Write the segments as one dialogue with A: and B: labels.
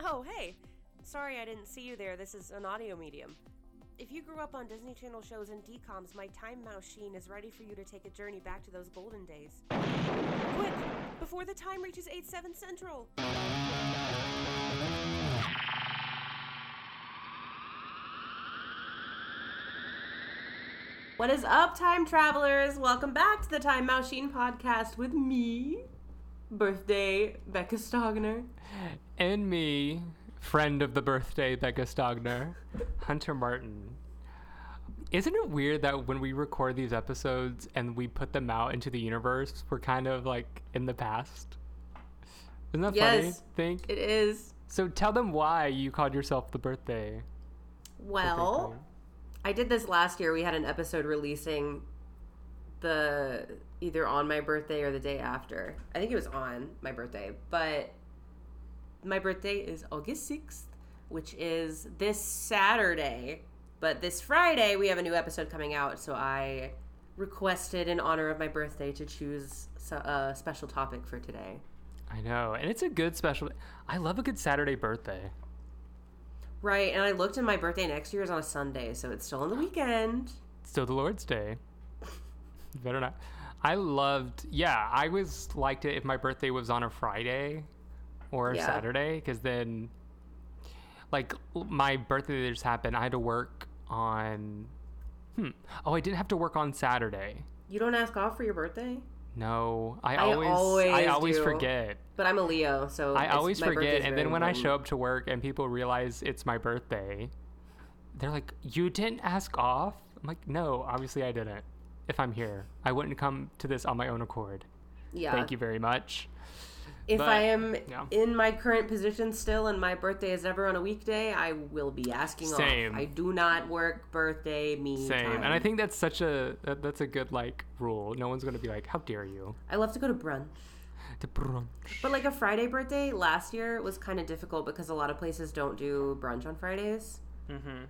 A: Oh, Sorry I didn't see you there. This is an audio medium. If you grew up on Disney Channel shows and DCOMs, my time machine is ready for you to take a journey back to those golden days. Quick! Before the time reaches 8 7 Central! What is up, time travelers? Welcome back to the Time Machine podcast with me, birthday Becca Stogner.
B: And me, friend of the birthday, Becca Stogner, Hunter Martin. Isn't it weird that when we record these episodes and we put them out into the universe, we're kind of like in the past? Isn't that
A: Yes.
B: funny? Think
A: It is
B: so. Tell them why you called yourself the birthday.
A: well. I did this last year. We had an episode releasing the either on my birthday or the day after. I think it was on my birthday, but my birthday is August 6th, which is this Saturday. But this Friday, we have a new episode coming out. So I requested, in honor of my birthday, to choose so- a special topic for today.
B: I know, and it's a good special. I love a good Saturday birthday.
A: Right. And I looked, and my birthday next year is on a Sunday. So it's still on the weekend.
B: still the Lord's Day. Better not. I loved. Yeah, I was liked it if my birthday was on a Friday or a
A: Yeah.
B: Saturday, because then, like, l- my birthday that just happened, I had to work on. Hmm. Oh, I didn't have to work on Saturday.
A: You don't ask off for your birthday?
B: No, I,
A: I
B: always, I
A: always
B: always
A: do.
B: forget.
A: But I'm a Leo, so
B: I
A: it's-
B: always
A: my birthday
B: forget,
A: is
B: and
A: very
B: then when I
A: important.
B: show up to work and people realize it's my birthday, they're like, "You didn't ask off." I'm like, "No, obviously I didn't. If I'm here, I wouldn't come to this on my own accord.
A: yeah.
B: Thank you very much."
A: If
B: but-
A: I am
B: yeah.
A: in my current position still, and my birthday is ever on a weekday, I will be asking
B: Same.
A: off. I do not work birthday me
B: Same,
A: time.
B: and I think that's such a that, that's a good like rule. No one's gonna be like, "How dare you?"
A: I love to go to brunch.
B: To brunch.
A: But like a Friday birthday last year was kind of difficult because a lot of places don't do brunch on Fridays. Mm-hmm.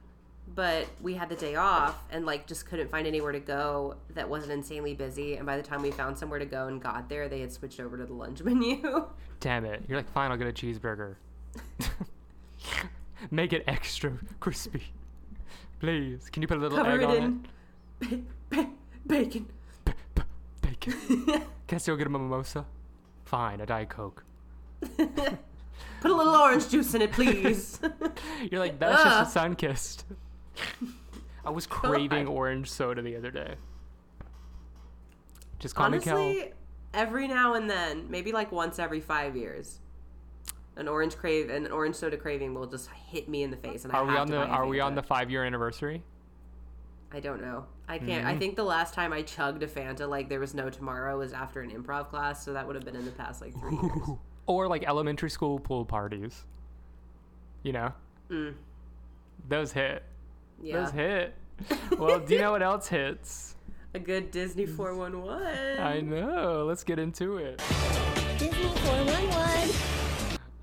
A: But we had the day off and like just couldn't find anywhere to go that wasn't insanely busy. And by the time we found somewhere to go and got there, they had switched over to the lunch menu.
B: Damn it! You're like, "Fine, I'll get a cheeseburger." Make it extra crispy, please. Can you put a little
A: Cover
B: egg
A: it
B: on it?
A: in ba- ba- bacon.
B: Bacon. Can I still get him a mimosa? Fine, a Diet Coke.
A: Put a little orange juice in it, please.
B: You're like, that's
A: Ugh.
B: just a sun kissed. I was craving orange soda the other day. Just call me Kel.
A: Honestly, every now and then, maybe like once every five years, an orange crave, an orange soda craving will just hit me in the face, and I
B: Are
A: have
B: we on
A: to
B: the
A: buy a
B: are
A: thing
B: we
A: of
B: on
A: it.
B: the five year anniversary?
A: I don't know. I can't.
B: Mm.
A: I think the last time I chugged a Fanta like there was no tomorrow was after an improv class, so that would have been in the past like three years.
B: Or like elementary school pool parties. You know? Those hit. Those
A: Mm. Yeah,
B: hit. well, do you know what else hits?
A: a good Disney
B: Mm.
A: four one one.
B: I know. Let's get into it.
C: Disney 411.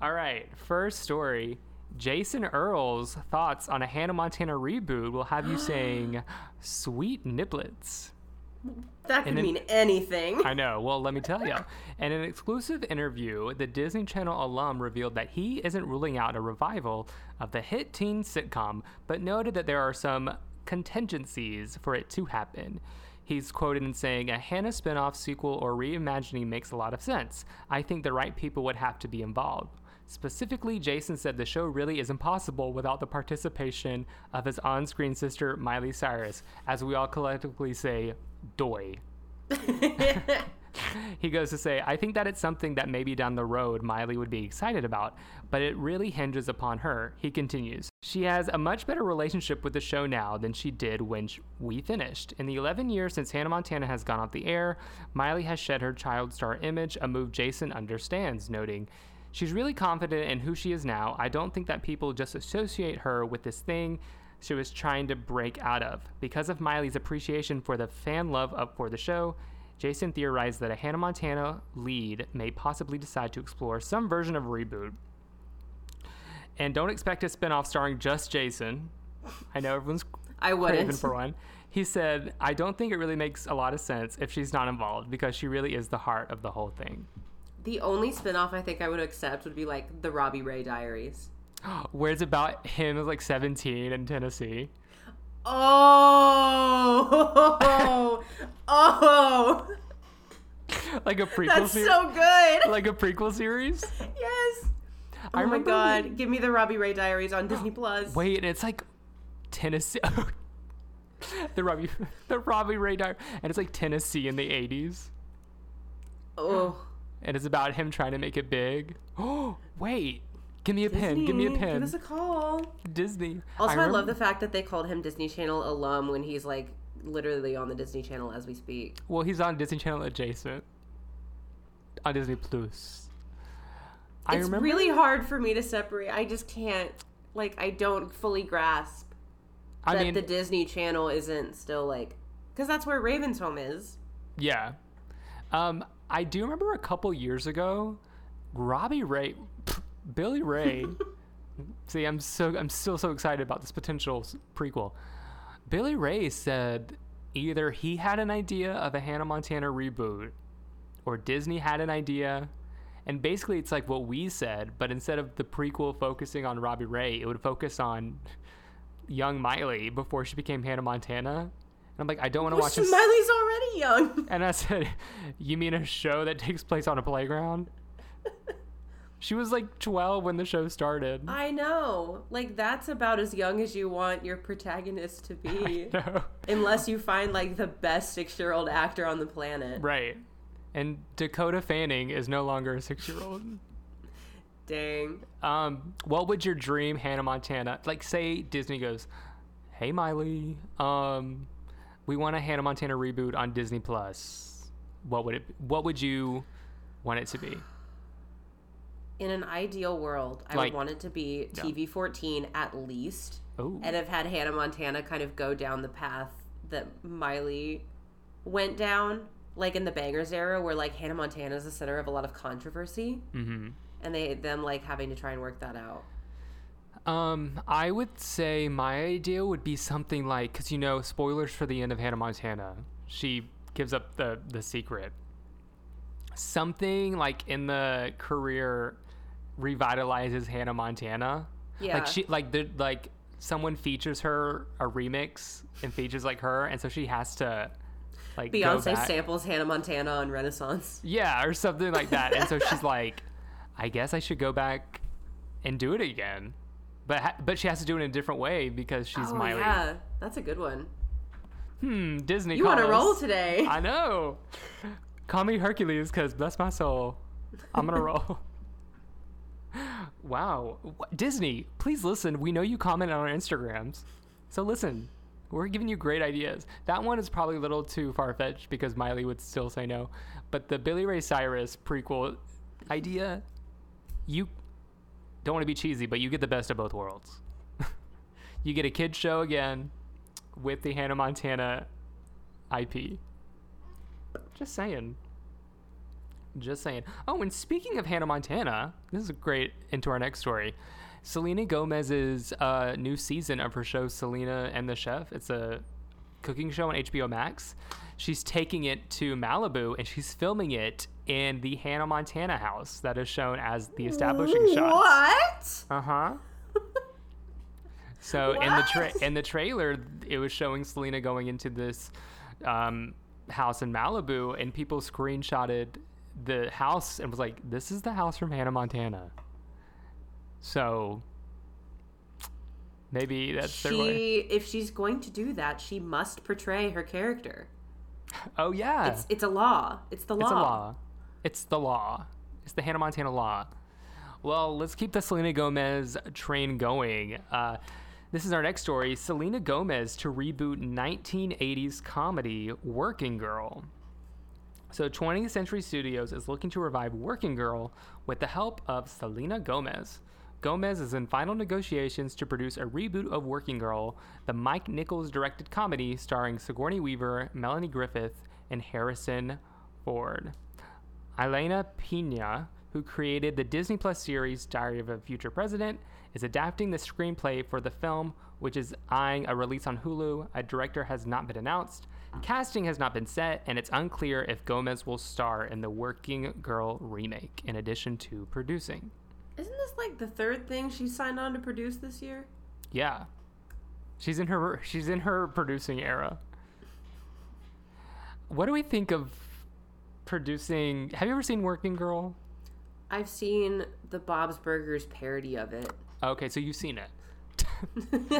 B: All right, first story. Jason Earl's thoughts on a Hannah Montana reboot will have you saying, "Sweet niblets."
A: That could
B: then-
A: mean anything.
B: I know. Well, let me tell you. In an exclusive interview, the Disney Channel alum revealed that he isn't ruling out a revival of the hit teen sitcom, but noted that there are some contingencies for it to happen. He's quoted in saying, A Hannah spinoff sequel or reimagining makes a lot of sense. I think the right people would have to be involved. Specifically, Jason said the show really is impossible without the participation of his on screen sister, Miley Cyrus, as we all collectively say, Doy. He goes to say, I think that it's something that maybe down the road Miley would be excited about, but it really hinges upon her. He continues, She has a much better relationship with the show now than she did when sh- we finished. In the 11 years since Hannah Montana has gone off the air, Miley has shed her child star image, a move Jason understands, noting, She's really confident in who she is now. I don't think that people just associate her with this thing she was trying to break out of. Because of Miley's appreciation for the fan love up for the show, Jason theorized that a Hannah Montana lead may possibly decide to explore some version of a reboot. And don't expect a spinoff starring just Jason. I know everyone's
A: I
B: craving
A: wouldn't.
B: for one. He said, I don't think it really makes a lot of sense if she's not involved because she really is the heart of the whole thing.
A: The only spin off I think I would accept would be like the Robbie Ray Diaries.
B: where it's about him as like 17 in Tennessee.
A: Oh, oh,
B: Like a prequel
A: that's
B: series.
A: so good.
B: like a prequel series.
A: yes. Oh
B: I
A: my
B: remember
A: god,
B: when-
A: give me the Robbie Ray Diaries on Disney Plus.
B: Wait, and it's like Tennessee. the Robbie, the Robbie Radar, and it's like Tennessee in the 80s,
A: oh,
B: and it's about him trying to make it big. Oh, wait. Give me a pen. Give me a
A: Disney,
B: pen.
A: Give us a call.
B: Disney.
A: Also, I, love
B: remember-
A: the fact that they called him Disney Channel alum when he's like literally on the Disney Channel as we speak.
B: Well, he's on Disney Channel adjacent. On Disney Plus. I
A: it's
B: remember.
A: really hard for me to separate. I just can't. Like, I don't fully grasp that
B: I mean,
A: the Disney Channel isn't still like, because that's where Raven's home is.
B: yeah. Um, I do remember a couple years ago, Robbie Ray, Billy Ray. see, I'm so I'm still so excited about this potential s- prequel. Billy Ray said either he had an idea of a Hannah Montana reboot, or Disney had an idea. And basically, it's like what we said, but instead of the prequel focusing on Robbie Ray, it would focus on young Miley before she became Hannah Montana. And I'm like, I don't want to watch this.
A: Miley's already young.
B: And I said, You mean a show that takes place on a playground? she was like 12 when the show started.
A: I know. Like, that's about as young as you want your protagonist to be.
B: No.
A: Unless you find like the best six year old actor on the planet.
B: Right. And Dakota Fanning is no longer a six year old.
A: Dang.
B: Um, what would your dream Hannah Montana, like, say Disney goes, Hey, Miley, um, we want a Hannah Montana reboot on Disney Plus. What would it, what would you want it to be?
A: In an ideal world, I
B: Like-
A: would want it to be
B: Yeah.
A: TV 14 at least,
B: Oh,
A: and have had Hannah Montana kind of go down the path that Miley went down, like in the Bangers era, where like Hannah Montana is the center of a lot of controversy,
B: mm-hmm.
A: and they them like having to try and work that out.
B: Um, I would say my idea would be something like, because you know, spoilers for the end of Hannah Montana. She gives up the the secret. Something like in the career revitalizes Hannah Montana.
A: Yeah,
B: Like she like the like someone features her a remix and features like her, and so she has to like go
A: Beyonce
B: back.
A: samples Hannah Montana on Renaissance.
B: Yeah, or something like that. And so she's like, I guess I should go back and do it again. But ha- but she has to do it in a different way because she's
A: oh
B: Miley.
A: yeah, that's a good one.
B: Hmm, Disney.
A: You
B: call
A: on a roll
B: us.
A: today?
B: I know. Call me Hercules because bless my soul, I'm on a roll. wow, Wh- Disney, please listen. We know you comment on our Instagrams, so listen. We're giving you great ideas. That one is probably a little too far fetched because Miley would still say no. But the Billy Ray Cyrus prequel idea, you don't want to be cheesy, but you get the best of both worlds. you get a kid show again with the Hannah Montana IP. Just saying. Just saying. Oh, and speaking of Hannah Montana, this is great into our next story. Selena Gomez's uh, new season of her show Selena and the Chef. It's a cooking show on HBO Max. She's taking it to Malibu and she's filming it in the Hannah Montana house that is shown as the establishing shot.
A: What?
B: Uh huh. So in the tra-
A: What?
B: in the trailer, it was showing Selena going into this um, house in Malibu, and people screenshotted the house and was like, "This is the house from Hannah Montana." So maybe that's their way.
A: She, if she's going to do that, she must portray her character.
B: Oh yeah,
A: It's, it's a law. It's the law.
B: It's a law. It's the law. It's the Hannah Montana law. Well, let's keep the Selena Gomez train going. Uh, this is our next story Selena Gomez to reboot 1980s comedy Working Girl. So, 20th Century Studios is looking to revive Working Girl with the help of Selena Gomez. Gomez is in final negotiations to produce a reboot of Working Girl, the Mike Nichols directed comedy starring Sigourney Weaver, Melanie Griffith, and Harrison Ford. Elena Pena, who created the Disney Plus series Diary of a Future President, is adapting the screenplay for the film, which is eyeing a release on Hulu. A director has not been announced, casting has not been set, and it's unclear if Gomez will star in the Working Girl remake in addition to producing.
A: Isn't this like the third thing she signed on to produce this year?
B: Yeah. She's in her she's in her producing era. What do we think of producing? Have you ever seen Working Girl?
A: I've seen the Bob's Burgers parody of it.
B: Okay, so you've seen it. Um,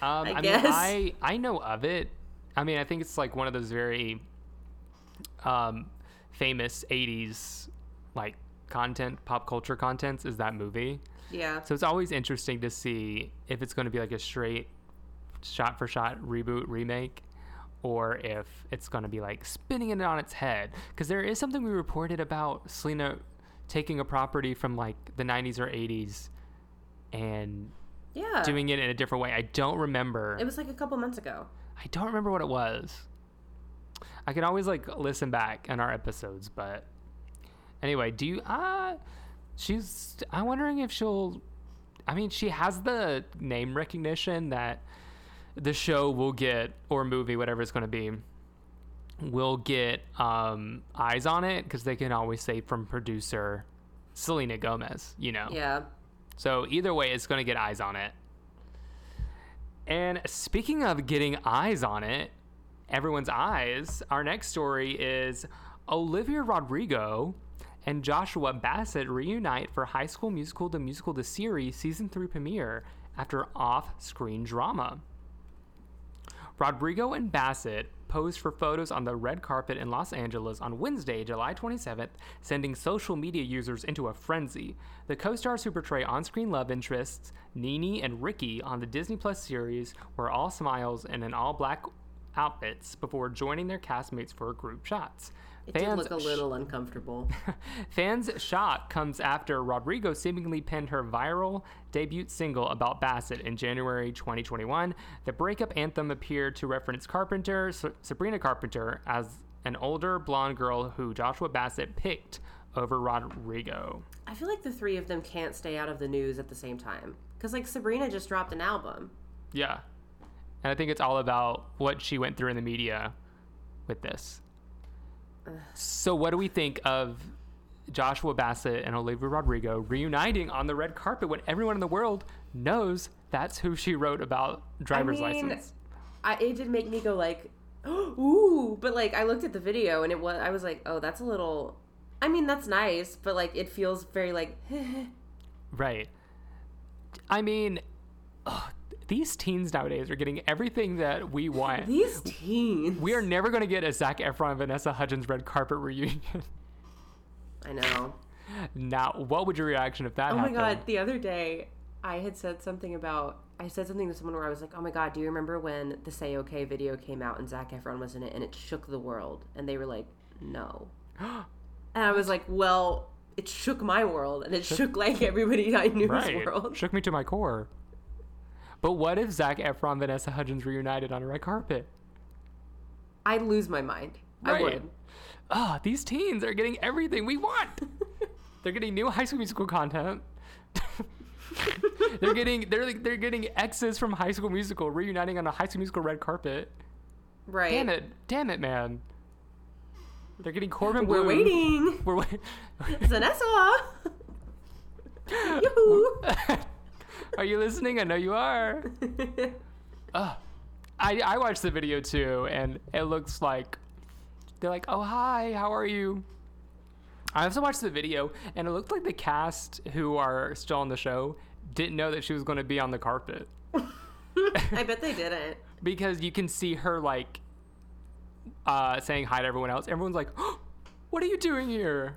A: I
B: I,
A: guess.
B: mean, I I know of it. I mean, I think it's like one of those very um, famous '80s like content, pop culture contents. Is that movie?
A: yeah.
B: So it's always interesting to see if it's going to be like a straight shot for shot reboot remake or if it's going to be like spinning it on its head because there is something we reported about Selena taking a property from like the 90s or 80s and
A: yeah.
B: doing it in a different way. I don't remember.
A: it was like a couple months ago.
B: I don't remember what it was. I can always like listen back in our episodes, but anyway, do you uh she's I'm wondering if she'll I mean, she has the name recognition that the show will get or movie whatever it's going to be will get um eyes on it because they can always say from producer Selena Gomez, you know.
A: Yeah.
B: So either way, it's going to get eyes on it. And speaking of getting eyes on it, everyone's eyes, our next story is Olivia Rodrigo and Joshua Bassett reunite for High School Musical The Musical The Series Season 3 premiere after off screen drama. Rodrigo and Bassett posed for photos on the red carpet in Los Angeles on Wednesday, July 27th, sending social media users into a frenzy. The co stars who portray on screen love interests, Nene and Ricky, on the Disney Plus series were all smiles and in all black outfits before joining their castmates for group shots.
A: It did
B: Fans
A: look a
B: sh-
A: little uncomfortable.
B: Fans' shock comes after Rodrigo seemingly penned her viral debut single about Bassett in January 2021. The breakup anthem appeared to reference Carpenter, Sa- Sabrina Carpenter, as an older blonde girl who Joshua Bassett picked over Rodrigo.
A: I feel like the three of them can't stay out of the news at the same time. Because, like, Sabrina just dropped an album.
B: Yeah. And I think it's all about what she went through in the media with this. So, what do we think of Joshua Bassett and Olivia Rodrigo reuniting on the red carpet when everyone in the world knows that's who she wrote about driver's
A: mean-
B: license?
A: I, it did make me go, like, ooh. But, like, I looked at the video and it was, I was like, oh, that's a little. I mean, that's nice, but, like, it feels very, like,
B: Right. I mean, ugh, these teens nowadays are getting everything that we want.
A: these teens.
B: we are never going to get a Zach Efron and Vanessa Hudgens red carpet reunion.
A: I know.
B: now, what would your reaction if that
A: Oh my
B: happened?
A: god, the other day I had said something about I said something to someone where I was like, "Oh my god, do you remember when the Say Okay video came out and Zac Efron was in it and it shook the world?" And they were like, "No." and I was like, "Well, it shook my world and it shook like everybody I knew's world."
B: Shook me to my core. But what if Zach Efron, Vanessa Hudgens reunited on a red carpet?
A: I'd lose my mind. I
B: Right.
A: would.
B: Ah, these teens are getting everything we want. they're getting new High School Musical content. they're getting they're like, they're getting exes from High School Musical reuniting on a High School Musical red carpet.
A: Right.
B: Damn it, damn it, man. They're getting Corbin
A: We're
B: Blue.
A: waiting.
B: We're waiting.
A: Vanessa. Yoo-hoo.
B: are you listening? I know you are. I, I watched the video too, and it looks like they're like, "Oh hi, how are you?" I also watched the video, and it looked like the cast who are still on the show didn't know that she was going to be on the carpet
A: I bet they didn't.
B: because you can see her like uh, saying hi to everyone else. Everyone's like, oh, "What are you doing here?"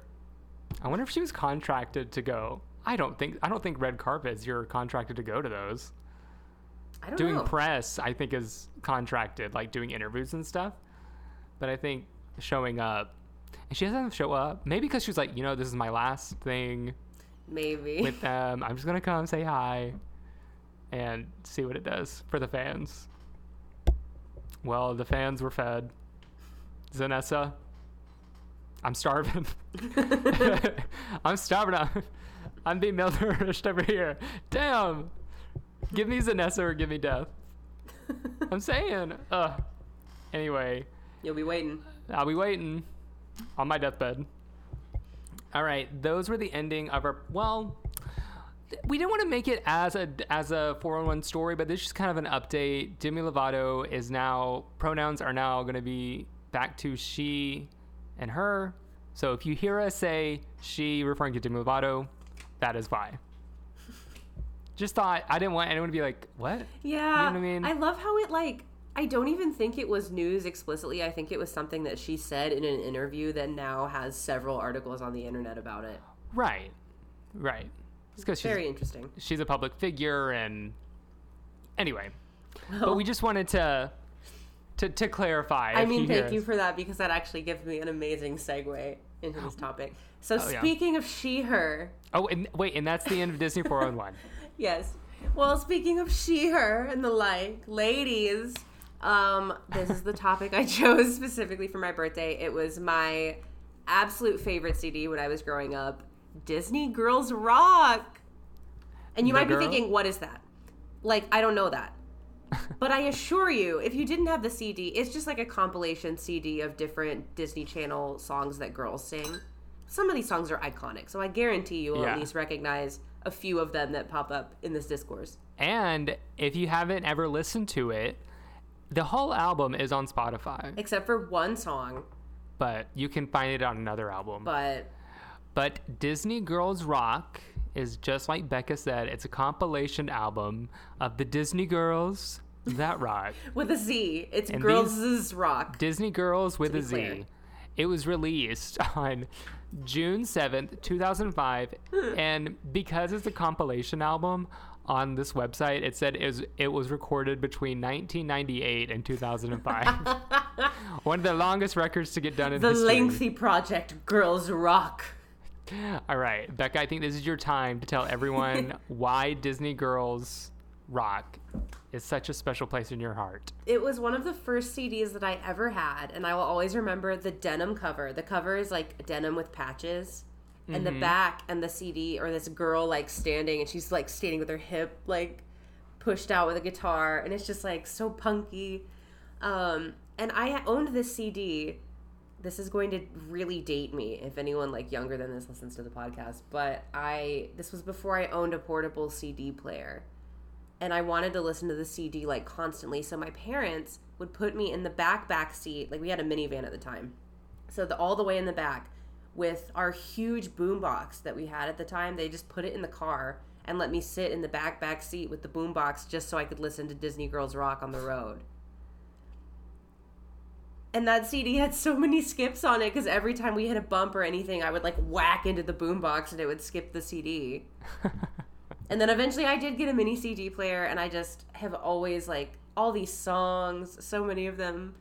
B: I wonder if she was contracted to go. I don't think I don't think red carpets you're contracted to go to those.
A: I don't
B: doing
A: know.
B: press i think is contracted like doing interviews and stuff but i think showing up and she doesn't show up maybe because she's like you know this is my last thing
A: Maybe.
B: with them i'm just gonna come say hi and see what it does for the fans well the fans were fed zanessa i'm starving i'm starving I'm, I'm being malnourished over here damn give me zanessa or give me death I'm saying. Uh, anyway,
A: You'll be waiting.
B: I'll be waiting on my deathbed. All right, those were the ending of our. Well, we didn't want to make it as a as a 411 story, but this is kind of an update. Demi Lovato is now pronouns are now going to be back to she and her. So if you hear us say she referring to Demi Lovato, that is why. Just thought I didn't want anyone to be like, what?
A: Yeah.
B: You know what I mean?
A: love how it like I don't even think it was news explicitly. I think it was something that she said in an interview that now has several articles on the internet about it.
B: Right, right. It's because she's
A: Very interesting.
B: she's a public figure and anyway but we just wanted to to, to clarify
A: Oh. I
B: if
A: mean,
B: hear
A: thank you
B: us.
A: for that because that actually gives me an amazing segue into this topic. So
B: Oh, yeah.
A: speaking of she her,
B: oh and wait and that's the end of disney 401
A: Yes. Well, speaking of she, her, and the like, ladies, um, this is the topic I chose specifically for my birthday. It was my absolute favorite CD when I was growing up Disney Girls Rock. And you
B: The
A: might be
B: girl?
A: thinking, what is that? Like, I don't know that. but I assure you, if you didn't have the CD, it's just like a compilation CD of different Disney Channel songs that girls sing. Some of these songs are iconic, so I guarantee you will
B: Yeah.
A: at least recognize a few of them that pop up in this discourse.
B: and if you haven't ever listened to it the whole album is on spotify
A: Except for one song,
B: but you can find it on another album
A: but
B: But Disney Girls Rock is just like Becca said, it's a compilation album of the Disney girls that rock.
A: with a Z. It's
B: And
A: Girls' Rock.
B: Disney Girls with
A: be
B: a Z.
A: clear.
B: It was released on June 7th, 2005. and because it's a compilation album, on this website, it said it was, it was recorded between 1998 and 2005. One of the longest records to get done in
A: the
B: history.
A: lengthy project, Girls Rock.
B: All right, Becca, I think this is your time to tell everyone why Disney Girls Rock is such a special place in your heart.
A: It was one of the first CDs that I ever had, and I will always remember the denim cover. The cover is like denim with patches, and the back and the CD or this girl like standing, and she's like standing with her hip like pushed out with a guitar, and it's just like so punky. Um, and I owned this CD. This is going to really date me if anyone like younger than this listens to the podcast, but I this was before I owned a portable CD player and I wanted to listen to the CD like constantly. So my parents would put me in the back back seat, like we had a minivan at the time, so the, all the way in the back with our huge boombox that we had at the time. They just put it in the car and let me sit in the back back seat with the boombox just so I could listen to Disney Girls Rock on the road. And that CD had so many skips on it because every time we hit a bump or anything, I would like whack into the boombox and it would skip the CD. And then eventually I did get a mini CD player and I just have always like all these songs, so many of them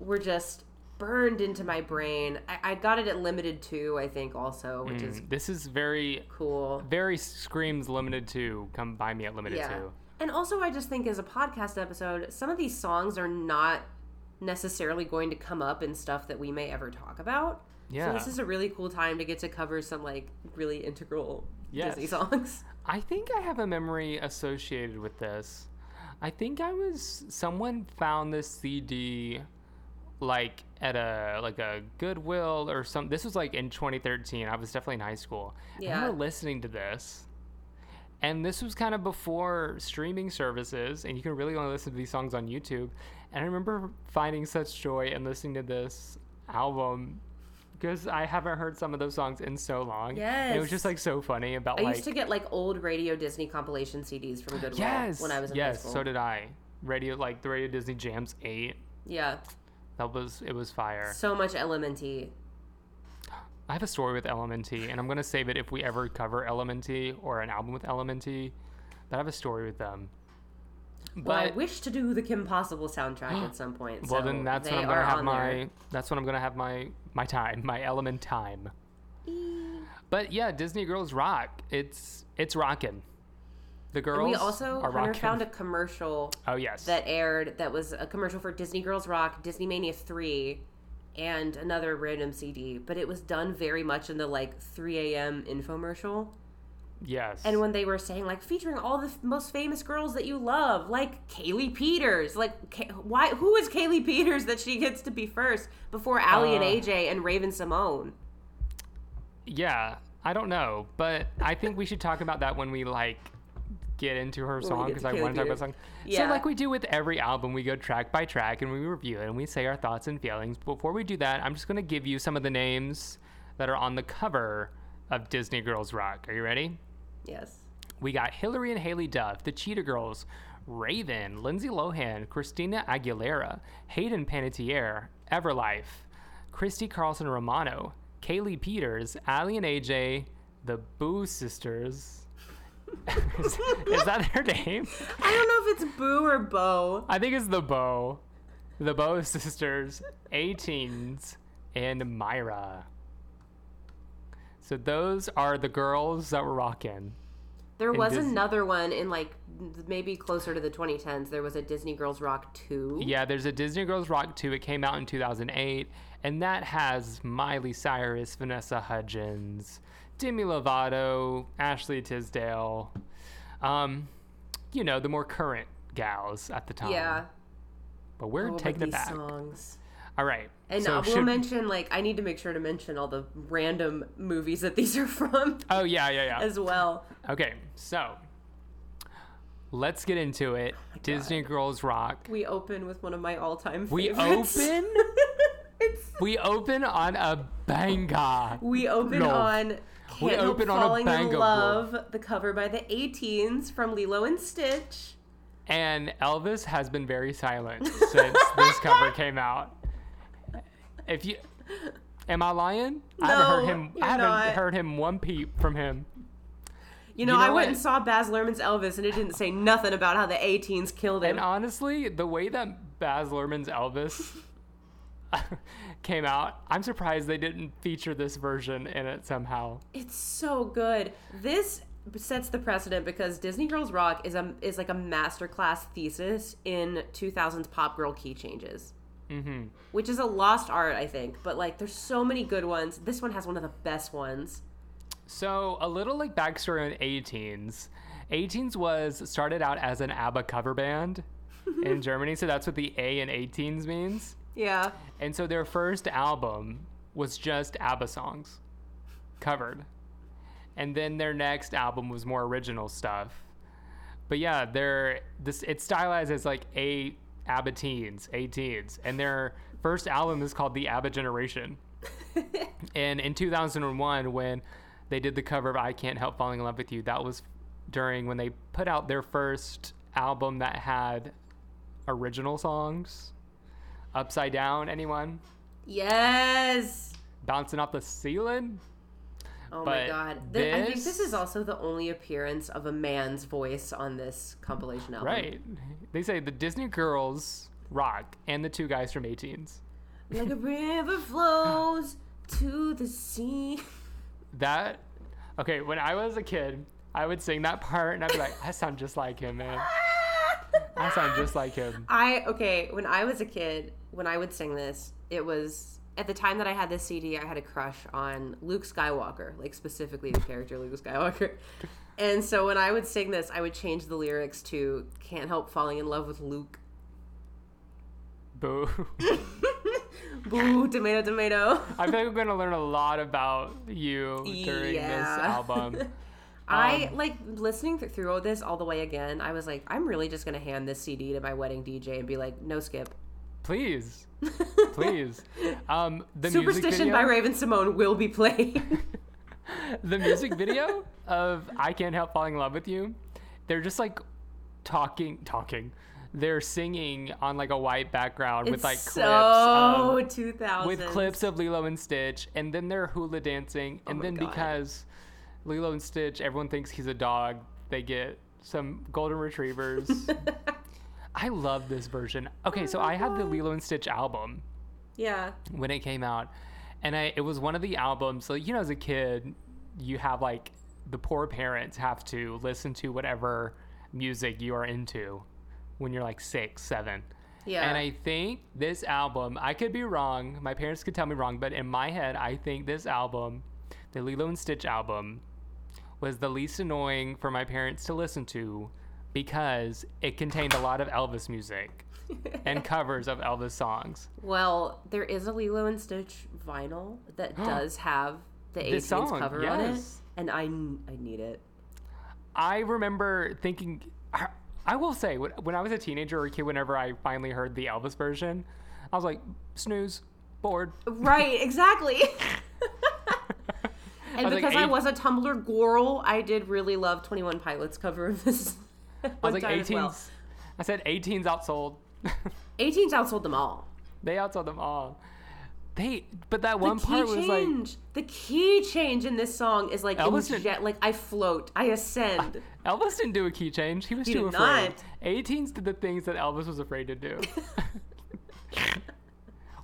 A: were just burned into my brain. I, I got it at limited two, I think also,
B: Mm.
A: which is
B: This is very,
A: cool.
B: very screams limited to come by me at limited
A: Yeah.
B: to.
A: And also I just think as a podcast episode, some of these songs are not necessarily going to come up in stuff that we may ever talk about.
B: Yeah.
A: So this is a really cool time to get to cover some like really integral
B: Yes.
A: Disney songs.
B: I think I have a memory associated with this. I think I was someone found this CD like at a like a Goodwill or some. This was like in 2013. I was definitely in high school. I
A: Yeah.
B: remember listening to this, and this was kind of before streaming services, and you can really only listen to these songs on YouTube. And I remember finding such joy in listening to this album. Because I haven't heard some of those songs in so long. And it was
A: Yes.
B: just like so funny about
A: I
B: like
A: used to get like old radio Disney compilation CDs from Goodwill
B: Yes.
A: when I was in
B: yes,
A: high school.
B: so did I. Radio like the Radio Disney Jams eight.
A: yeah,
B: That was it was fire.
A: so much LMNT.
B: I have a story with LMNT, and I'm gonna save it if we ever cover LMNT or an album with LMNT. But I have a story with them. But
A: Well, I wish to do the Kim Possible soundtrack at some point.
B: well,
A: so
B: then that's
A: they
B: when I'm gonna
A: are
B: have
A: on
B: my
A: there.
B: that's when I'm gonna have my my time, my element time. But yeah, Disney Girls Rock. It's it's rockin'. The girls
A: We also
B: are
A: Hunter
B: rocking.
A: found a commercial
B: oh yes,
A: that aired that was a commercial for Disney Girls Rock, Disney Mania 3, and another random CD, but it was done very much in the like 3 a.m. infomercial.
B: yes.
A: And when they were saying like featuring all the f- most famous girls that you love, like Kaylee Peters, like Ka- why who is Kaylee Peters that she gets to be first before Allie
B: Uh.
A: and AJ and Raven Simone?
B: Yeah, I don't know, but I think we should talk about that when we like get into her
A: we
B: song
A: get
B: because
A: to
B: I
A: Kayla
B: want to talk
A: Peter.
B: about song.
A: Yeah.
B: So like we do with every album, we go track by track and we review it and we say our thoughts and feelings. Before we do that, I'm just going to give you some of the names that are on the cover of Disney Girls Rock. Are you ready?
A: Yes.
B: We got Hillary and Haley Duff, the Cheetah Girls, Raven, Lindsay Lohan, Christina Aguilera, Hayden Panettiere, Everlife, Christy Carlson Romano, Kaylee Peters, Ali and AJ, the Boo Sisters. is, is that their name?
A: I don't know if it's Boo or Bo.
B: I think it's the Bo, the Bo Sisters, 18s, and Myra. So those are the girls that were rocking.
A: There was
B: Disney-
A: another one in like maybe closer to the 2010s. There was a Disney Girls Rock 2.
B: Yeah, there's a Disney Girls Rock 2. It came out in 2008, and that has Miley Cyrus, Vanessa Hudgens, Demi Lovato, Ashley Tisdale. Um, you know, the more current gals at the time.
A: Yeah.
B: But we're
A: Oh, but
B: taking it
A: these
B: back.
A: songs.
B: All right.
A: And uh,
B: so
A: I will
B: should-
A: mention, like, I need to make sure to mention all the random movies that these are from
B: Oh, yeah, yeah, yeah.
A: as well.
B: Okay, so let's get into it.
A: Oh
B: Disney Girls Rock.
A: We open with one of my all-time
B: We
A: favorites.
B: open?
A: it's,
B: We open on a banger.
A: we open
B: Love.
A: on Can't
B: We
A: Help
B: open on a
A: Falling
B: bang
A: in
B: of
A: Love, the cover by the 18s from Lilo and Stitch.
B: And Elvis has been very silent since this cover came out. If you am I lying? I haven't heard
A: No,
B: him
A: you're
B: I haven't
A: not.
B: heard him one peep from him.
A: You know,
B: You know
A: I went
B: what?
A: and saw Baz Luhrmann's Elvis, and it didn't say nothing about how the 18s killed him.
B: And uh, honestly, the way that Baz Luhrmann's Elvis came out, I'm surprised they didn't feature this version in it somehow.
A: It's so good. This sets the precedent because Disney Girls Rock is a is like a masterclass thesis in 2000s pop girl key changes.
B: Mm-hmm.
A: Which is a lost art, I think, but like there's so many good ones. This one has one of the best ones.
B: So a little like backstory on 18s. 18s was started out as an ABBA cover band in Germany, so that's what the A in 18s means.
A: Yeah.
B: And so their first album was just ABBA songs covered. And then their next album was more original stuff. But yeah, they're this it's stylized as like a ABBA teens, 18s. And their first album is called The ABBA Generation. and in 2001 when they did the cover of I Can't Help Falling in Love with You, that was during when they put out their first album that had original songs. Upside Down, anyone?
A: Yes.
B: Bouncing off the ceiling?
A: Oh my
B: But
A: god. Th- I think this
B: this-
A: is also the only appearance of a man's voice on this compilation album.
B: Right. They say the Disney girls rock and the two guys from 18s.
A: Like a river flows to the sea.
B: That, okay, when I was a kid, I would sing that part and I'd be like, I sound just like him, man. I sound just like him.
A: I okay, when I was a kid, when I would sing this, it was at the time that I had this CD, I had a crush on Luke Skywalker, like specifically the character Luke Skywalker. And so when I would sing this, I would change the lyrics to Can't Help Falling in Love with Luke.
B: Boo.
A: Boo, tomato, tomato.
B: I feel like we're going to learn a lot about you during this
A: Yeah.
B: album. Um,
A: I like listening th- through all this all the way again. I was like, I'm really just gonna hand this CD to my wedding DJ and be like, no skip.
B: Please. Please. Um, the music
A: Superstition
B: video,
A: by Raven Simone will be played.
B: the music video of I Can't Help Falling in Love with You, they're just like talking, talking. They're singing on like a white background with like
A: so
B: clips of,
A: 2000
B: with clips of Lilo and Stitch, and then they're hula dancing, and
A: Oh my
B: then
A: God.
B: because Lilo and Stitch, everyone thinks he's a dog, they get some golden retrievers. I love this version.
A: Oh
B: Okay, so I had the Lilo and Stitch album
A: Yeah.
B: when it came out and i it was one of the albums so you know as a kid you have like the poor parents have to listen to whatever music you are into when you're like six seven
A: Yeah.
B: and i think this album i could be wrong my parents could tell me wrong but in my head i think this album the lilo and stitch album was the least annoying for my parents to listen to because it contained a lot of elvis music and covers of elvis songs
A: well, there is a Lilo and Stitch vinyl that does have the
B: This
A: Ace Haynes
B: song,
A: cover on it,
B: yes.
A: and I n- I need it.
B: I remember thinking, I- I will say, when, when I was a teenager or a kid, whenever I finally heard the Elvis version, I was like, snooze, bored.
A: Right, exactly. and
B: was like,
A: because I
B: eight-
A: was a Tumblr girl, I did really love Twenty One Pilots cover of this.
B: I
A: One
B: was like,
A: time
B: 18s.
A: as well.
B: I said 18s outsold.
A: 18s outsold them all.
B: they outsold them all. They, but that
A: The
B: one
A: key
B: part was like,
A: change. the key change in this song is like
B: Elvis didn't-
A: inject, like I float, I ascend.
B: Elvis didn't do a key change. He was
A: He
B: too
A: did
B: afraid.
A: not.
B: 18s did the things that Elvis was afraid to do.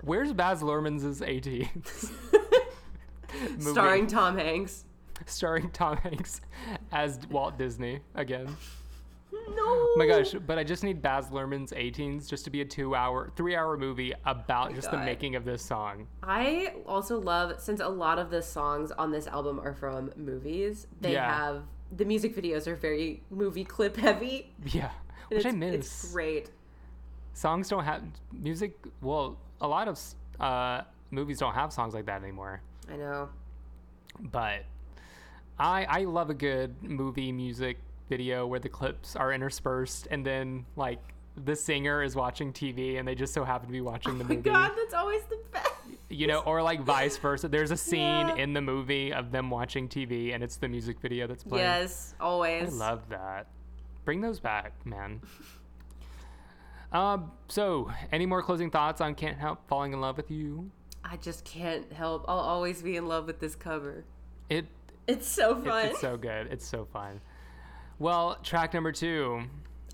B: Where's Baz Luhrmann's 18s? Movie
A: Starring Tom Hanks.
B: starring Tom Hanks as Walt Disney again.
A: No.
B: Oh my gosh, but I just need Baz Luhrmann's 18s just to be a two hour, three hour movie about just the
A: God.
B: making of this song.
A: I also love since a lot of the songs on this album are from movies. They
B: Yeah.
A: have the music videos are very movie clip heavy.
B: Yeah.
A: and
B: Which I
A: it's-
B: miss.
A: It's great.
B: Songs don't have music. Well, a lot of s- uh, movies don't have songs like that anymore.
A: I know.
B: But I I love a good movie music video where the clips are interspersed and then like the singer is watching TV and they just so happen to be watching the
A: Oh My
B: movie.
A: God, that's always the best.
B: you know, or like vice versa. There's a scene
A: Yeah.
B: in the movie of them watching TV, and it's the music video that's playing.
A: Yes,
B: I
A: always.
B: love that. Bring those back, man. um. So, any more closing thoughts on "Can't Help Falling in Love with You"?
A: I just can't help. I'll always be in love with this cover.
B: It,
A: It's so
B: it
A: fun.
B: it's so good. It's so fun. Well, track number two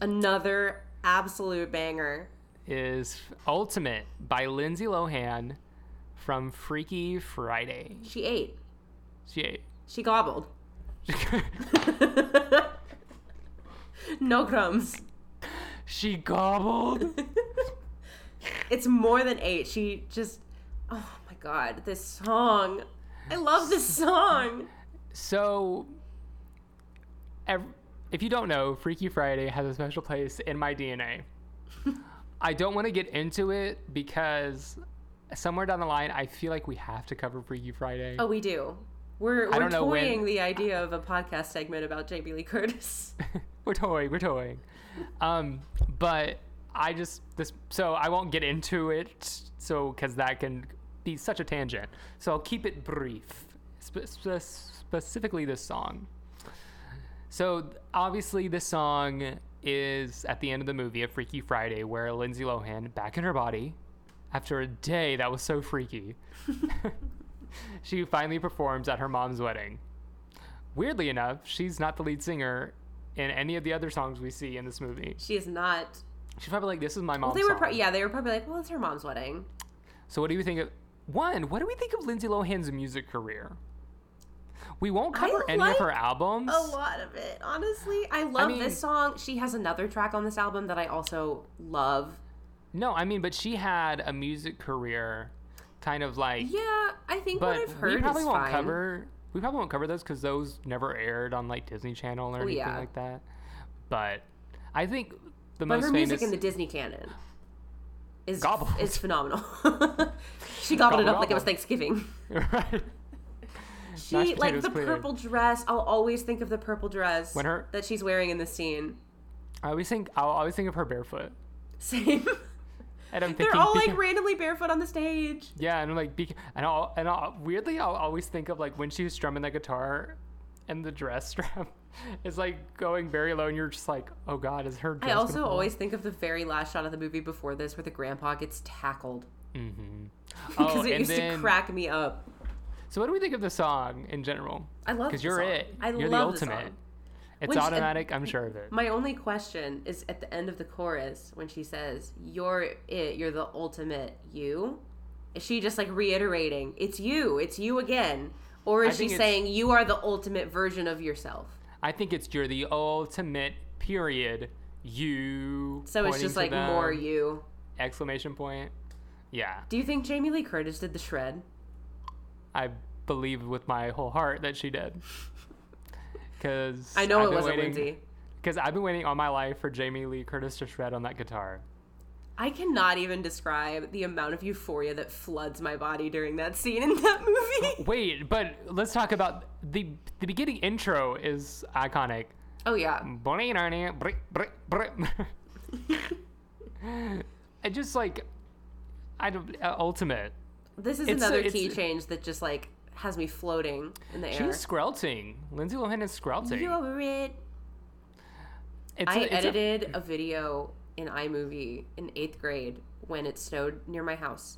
A: Another absolute banger.
B: is "Ultimate" by Lindsay Lohan from Freaky Friday.
A: She ate.
B: She,
A: She gobbled. no crumbs.
B: she gobbled.
A: It's more than eight. She just. Oh my god, this song. I love this song.
B: So, ev if you don't know, Freaky Friday has a special place in my DNA. I don't want to get into it because somewhere down the line, I feel like we have to cover Freaky Friday.
A: Oh, we do. We're, we're
B: don't know when-
A: toying the idea of a podcast segment about J.B. Lee Curtis.
B: we're toying, we're toying. Um, but I just this so I won't get into it so because that can be such a tangent. So I'll keep it brief, spe- spe- specifically this song. So th- obviously, this song is at the end of the movie of Freaky Friday, where Lindsay Lohan back in her body after a day that was so freaky. she finally performs at her mom's wedding. Weirdly enough, she's not the lead singer in any of the other songs we see in this movie.
A: She is not.
B: She's probably like, "This is my mom's
A: Well, they were
B: song."
A: pro- yeah, they were probably like, well, it's her mom's wedding.
B: So, what do you think of one? What do we think of Lindsay Lohan's music career? We won't
A: I
B: cover any
A: like
B: of her albums.
A: A lot of it, honestly. I love
B: mean-
A: this song. She has another track on this album that I also love.
B: No, I mean, but she had a music career, kind of like.
A: Yeah, I think
B: but
A: what I've heard
B: we probably
A: is
B: won't
A: fine.
B: cover. We probably won't cover those because those never aired on like Disney Channel or anything
A: Oh, yeah.
B: like that. But I think
A: but
B: the most
A: her
B: famous.
A: music in the Disney canon is
B: Gobble.
A: is phenomenal. she gobbled it up
B: Gobble,
A: like it was
B: gobble.
A: Thanksgiving.
B: right.
A: She
B: Mashed
A: like the
B: potatoes, please.
A: purple dress. I'll always think of the purple dress
B: When her-
A: that she's wearing in the scene.
B: I always think. I always think of her barefoot,
A: Same.
B: and I'm thinking.
A: They're all like
B: "Beca-
A: randomly barefoot on the stage.
B: Yeah, and I'm like, beca- and I'll, and I'll, weirdly, I'll always think of like when she was strumming that guitar, and the dress strap is like going very low, and you're just like, oh god, is her? Dress
A: I
B: gonna
A: also
B: fall off?"
A: always think of the very last shot of the movie before this, where the grandpa gets tackled because
B: Oh,
A: it
B: and
A: used
B: then,
A: to crack me up.
B: So what do we think of the song in general?
A: I love
B: Because
A: the
B: you're
A: song.
B: it.
A: I
B: you're
A: love the
B: the
A: song. uh,
B: ultimate. It's
A: Which- and-
B: automatic. I'm sure of it.
A: My only question is at the end of the chorus when she says, "You're it. You're the ultimate you." Is she just like reiterating, "It's you. It's you again," or
B: I
A: is she
B: think it's-
A: saying, "You are the ultimate version of yourself"?
B: I think it's you're the ultimate. Period. You.
A: So it's
B: pointing
A: just
B: to
A: like more
B: them,
A: you.
B: Exclamation point. Yeah,
A: Do you think Jamie Lee Curtis did the shred?
B: I believe with my whole heart that she did. Because
A: I know it wasn't Lindsay.
B: Because I've been waiting all my life for Jamie Lee Curtis to shred on that guitar.
A: I cannot even describe the amount of euphoria that floods my body during that scene in that movie.
B: Wait, but let's talk about the the beginning intro is iconic.
A: Oh yeah.
B: It just like I don't uh, ultimate.
A: This is
B: It's a-
A: another
B: it's-
A: key change that just like has me floating in the air.
B: She's squelting. Lindsay Lohan is squelting.
A: You over it.
B: It's
A: I
B: a- it's a-
A: edited a... video in iMovie in eighth grade when it snowed near my house.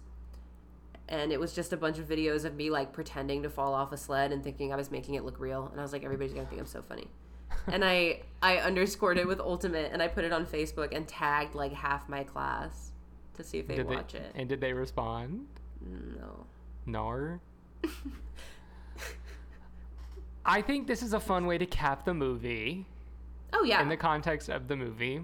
A: And it was just a bunch of videos of me like pretending to fall off a sled and thinking I was making it look real. And I was like, everybody's gonna think I'm so funny. and I I underscored it with ultimate and I put it on Facebook and tagged like half my class to see if they'd
B: did they-
A: watch it.
B: And did they respond?
A: No.
B: No. I think this is a fun way to cap the movie
A: Oh yeah.
B: in the context of the movie.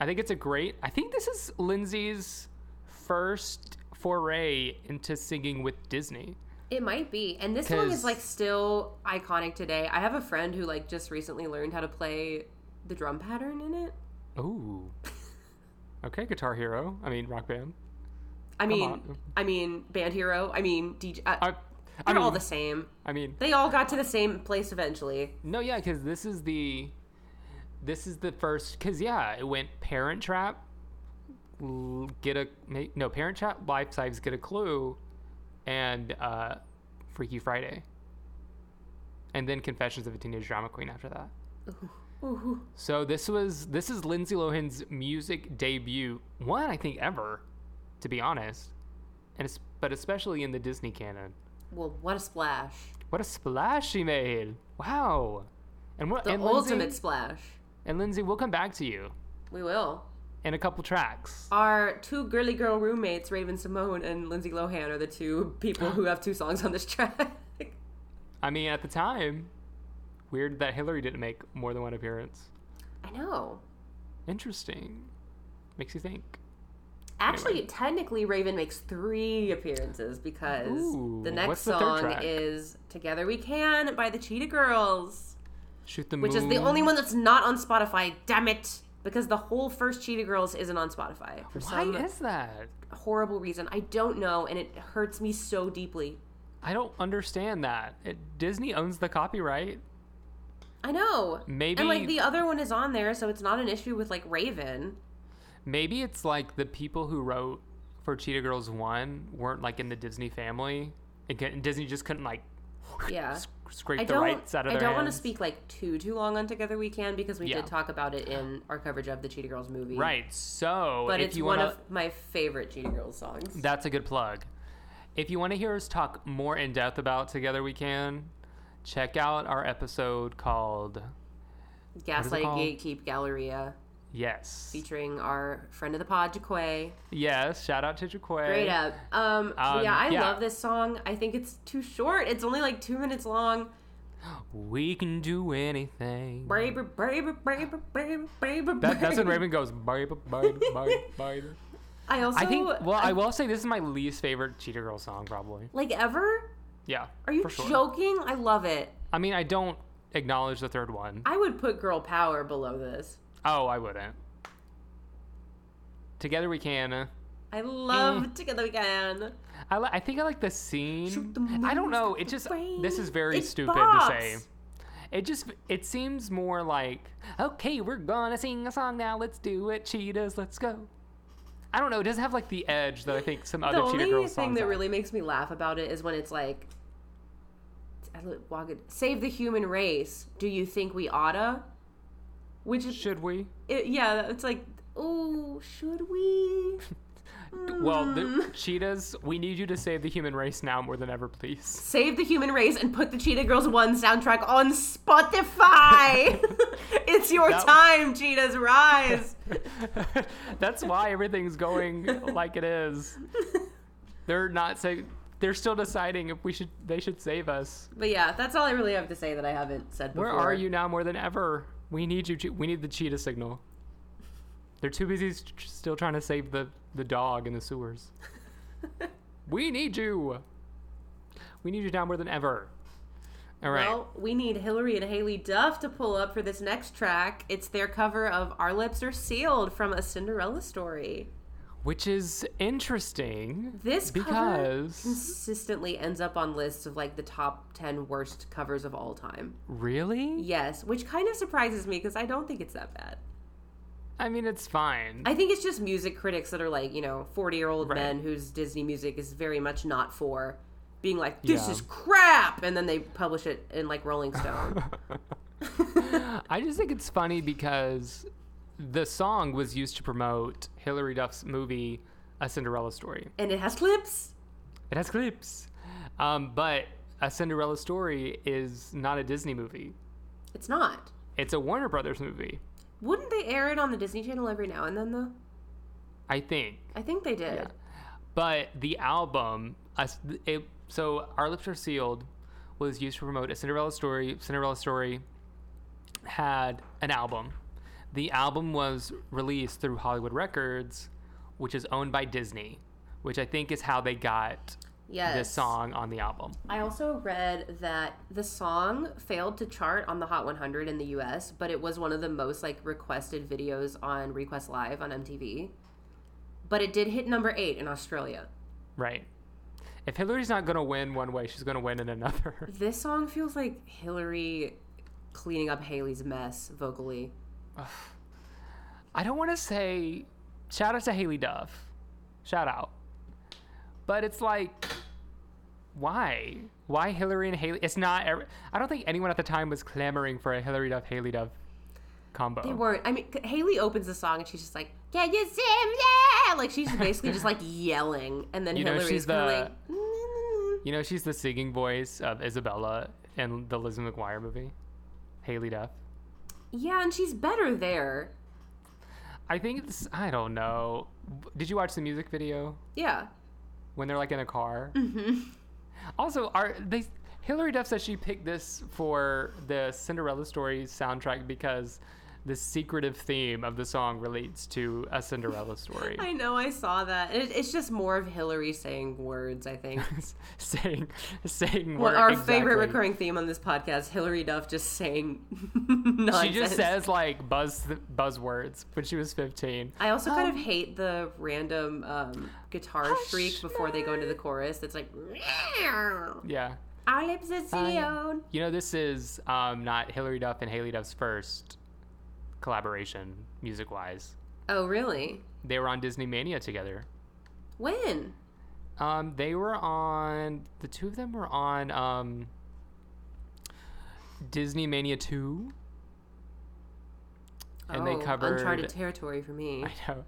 B: I think it's a great. I think this is Lindsay's first foray into singing with Disney.
A: It might be. And this song
B: 'Cause-
A: is like still iconic today. I have a friend who like just recently learned how to play the drum pattern in it.
B: Ooh. Okay, Guitar Hero. I mean, Rock Band.
A: I mean,
B: on.
A: I mean Band Hero. I mean DJ. Uh,
B: I, I
A: they're
B: mean,
A: all the same.
B: I mean,
A: They all got to the same place eventually.
B: no, yeah, because this is the, this is the first. Because yeah, it went Parent Trap, l- get a ma- no Parent Trap, Life Sives, get a clue, and uh, Freaky Friday. And then Confessions of a Teenage Drama Queen after that.
A: Ooh.
B: So this was this is Lindsay Lohan's music debut, one I think ever, to be honest, and it's, but especially in the Disney canon.
A: Well, what a splash!
B: What a splash she made! Wow. And what
A: The
B: and
A: ultimate
B: Lindsay,
A: splash.
B: and Lindsay, we'll come back to you
A: We will.
B: in a couple tracks.
A: Our two girly girl roommates, Raven Simone and Lindsay Lohan, are the two people who have two songs on this track.
B: I mean, at the time, weird that Hillary didn't make more than one appearance.
A: I know.
B: Interesting. Makes you think.
A: Actually, technically, Raven makes three appearances because
B: Ooh,
A: the next
B: what's the third
A: song
B: track?
A: is "Together We Can" by the Cheetah Girls.
B: Shoot the
A: which
B: moon.
A: is the only one that's not on Spotify. Damn it! Because the whole first Cheetah Girls isn't on Spotify for
B: Why
A: some
B: is that?
A: horrible reason. I don't know, and it hurts me so deeply.
B: I don't understand that. It, Disney owns the copyright.
A: I know.
B: Maybe-
A: And like the other one is on there, so it's not an issue with like Raven.
B: Maybe it's like the people who wrote for Cheetah Girls 1 weren't like in the Disney family. It couldn't- Disney just couldn't like
A: Yeah.
B: sc- scrape
A: I
B: the
A: don't.
B: rights out of
A: I
B: their
A: don't want to
B: hands.
A: speak like too too long on Together We Can because we
B: Yeah.
A: did talk about it in our coverage of the Cheetah Girls movie.
B: Right. So
A: But
B: if
A: it's
B: you
A: one
B: want to,
A: of my favorite Cheetah Girls songs.
B: that's a good plug. If you want to hear us talk more in depth about Together We Can, check out our episode called
A: Gaslight
B: called?
A: Gatekeep Galleria,
B: Yes.
A: featuring our friend of the pod, Jaquay.
B: Yes. Shout out to Jaquay.
A: Straight up. Um, so
B: Um,
A: yeah, I
B: yeah.
A: love this song. I think it's too short. It's only like two minutes long.
B: We can do anything.
A: Baby, baby, baby, baby, baby.
B: That, that's when
A: baby.
B: Raven goes. "Baby, baby, baby, baby."
A: I also
B: I think. Well, I will say this is my least favorite Cheetah Girl song, probably.
A: like ever.
B: Yeah.
A: Are you
B: for sure.
A: joking? I love it.
B: I mean, I don't acknowledge the third one.
A: I would put Girl Power below this.
B: Oh, I wouldn't. Together we can. uh,
A: I love
B: Eh.
A: Together We Can.
B: I, li- I think I like the scene.
A: Shoot the moon,
B: I don't know.
A: shoot
B: It
A: the
B: just
A: brain.
B: this is very
A: It
B: stupid
A: bops.
B: to say. It just it seems more like okay, we're gonna sing a song now. Let's do it, cheetahs. Let's go. I don't know. It doesn't have like the edge that I think some
A: The
B: other cheetah
A: only
B: girls
A: thing
B: songs.
A: that
B: have.
A: really makes me laugh about it is when it's like, I li- walk it- save the human race. Do you think we oughta? Which is
B: should we?
A: it, yeah, it's like, oh, should we?
B: Well,
A: Mm.
B: the cheetahs, we need you to save the human race now more than ever, please.
A: Save the human race and put the Cheetah Girls 1 soundtrack on Spotify. it's your
B: That-
A: time, Cheetahs, rise.
B: That's why everything's going like it is. They're not say they're still deciding if we should they should save us.
A: but yeah, that's all I really have to say that I haven't said before.
B: Where are you now more than ever? We need you. che- We need the cheetah signal. They're too busy s- tr- still trying to save the the dog in the sewers. we need you. We need you now more than ever. All right.
A: Well, we need Hillary and Haley Duff to pull up for this next track. It's their cover of Our Lips Are Sealed from A Cinderella Story.
B: which is interesting.
A: This cover
B: because
A: consistently ends up on lists of like the top 10 worst covers of all time.
B: really,
A: Yes, which kind of surprises me because I don't think it's that bad.
B: I mean, it's fine.
A: I think it's just music critics that are like, you know, 40 year old
B: Right.
A: men whose Disney music is very much not for being like, this
B: Yeah.
A: is crap. And then they publish it in like Rolling Stone.
B: I just think it's funny because the song was used to promote Hilary Duff's movie A Cinderella Story.
A: and it has clips.
B: It has clips. Um, but A Cinderella Story is not a Disney movie.
A: It's not.
B: It's a Warner Brothers movie,
A: Wouldn't they air it on the Disney Channel every now and then, though?
B: I think.
A: I think they did.
B: Yeah. But the album, us- it, so Our Lips Are Sealed was used to promote A Cinderella Story. Cinderella Story had an album. The album was released through Hollywood Records, which is owned by Disney, which I think is how they got
A: Yes.
B: this song on the album.
A: I also read that the song failed to chart on the Hot 100 in the US, but it was one of the most like requested videos on Request Live on MTV. But it did hit number 8 in Australia.
B: Right. If Hillary's not going to win one way, she's going to win in another.
A: This song feels like Hillary cleaning up Haley's mess vocally.
B: I don't want to say shout out to Haley Duff. Shout out. But it's like why? Why Hillary and Haley? It's not ev- I don't think anyone at the time was clamoring for a Hillary Duff Haley Duff combo.
A: They weren't. I mean, Haley opens the song and she's just like, "Can you see me?" Like she's basically just like yelling, and then
B: You know,
A: Hillary's
B: she's
A: kind of
B: the-
A: like, "Mm-mm-mm."
B: You know, she's the singing voice of Isabella in the Lizzie McGuire movie. Haley Duff.
A: "Yeah," and she's better there.
B: I think it's I don't know. Did you watch the music video
A: Yeah,
B: when they're like in a car? Mm-hmm. Also, are they? Hillary Duff says she picked this for the Cinderella story soundtrack because the secretive theme of the song relates to a Cinderella story.
A: I know. I saw that. It, it's just more of Hillary saying words. I think.
B: saying, saying
A: Well,
B: word-
A: our favorite
B: exactly.
A: recurring theme on this podcast: Hillary Duff just saying nonsense.
B: She just says like buzz buzzwords when she was fifteen.
A: I also kind
B: um,
A: of hate the random um, guitar shriek before they go into the chorus. That's like,
B: Yeah,
A: our lips are sealed.
B: you know this is um, not Hillary Duff and Haley Duff's first collaboration music wise.
A: Oh, really?
B: They were on Disney Mania together.
A: When?
B: Um, they were on the two of them were on um, Disney Mania Two, and
A: Oh,
B: they covered
A: uncharted territory for me.
B: I know,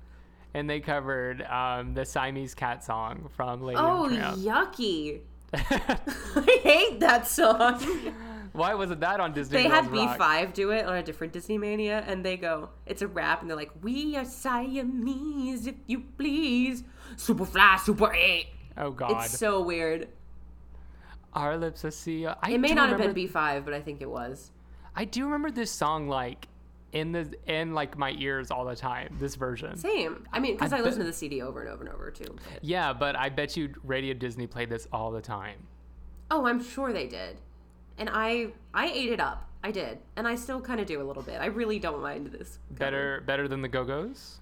B: and they covered um, the Siamese Cat song from Lady
A: Oh,
B: and
A: yucky!
B: the Tramp.
A: I hate that song.
B: Why wasn't that on Disney?
A: they had
B: Girls
A: B
B: Rock?
A: Five do it on a different Disney Mania, and they go, "It's a rap," and they're like, "We are Siamese, if you please, Superfly, Super Eight.
B: Oh God,
A: It's so weird.
B: our lips are seal. I
A: It may
B: do
A: not have
B: remember,
A: been B Five, but I think it was.
B: I do remember this song like in the in like my ears all the time. This version.
A: Same. I mean, because I,
B: I
A: listen
B: bet-
A: to the CD over and over and over too. but-
B: Yeah, but I bet you Radio Disney played this all the time.
A: Oh, I'm sure they did, and I I ate it up. I did, and I still kind of do a little bit. I really don't mind this. cover.
B: Better better than the Go Go's?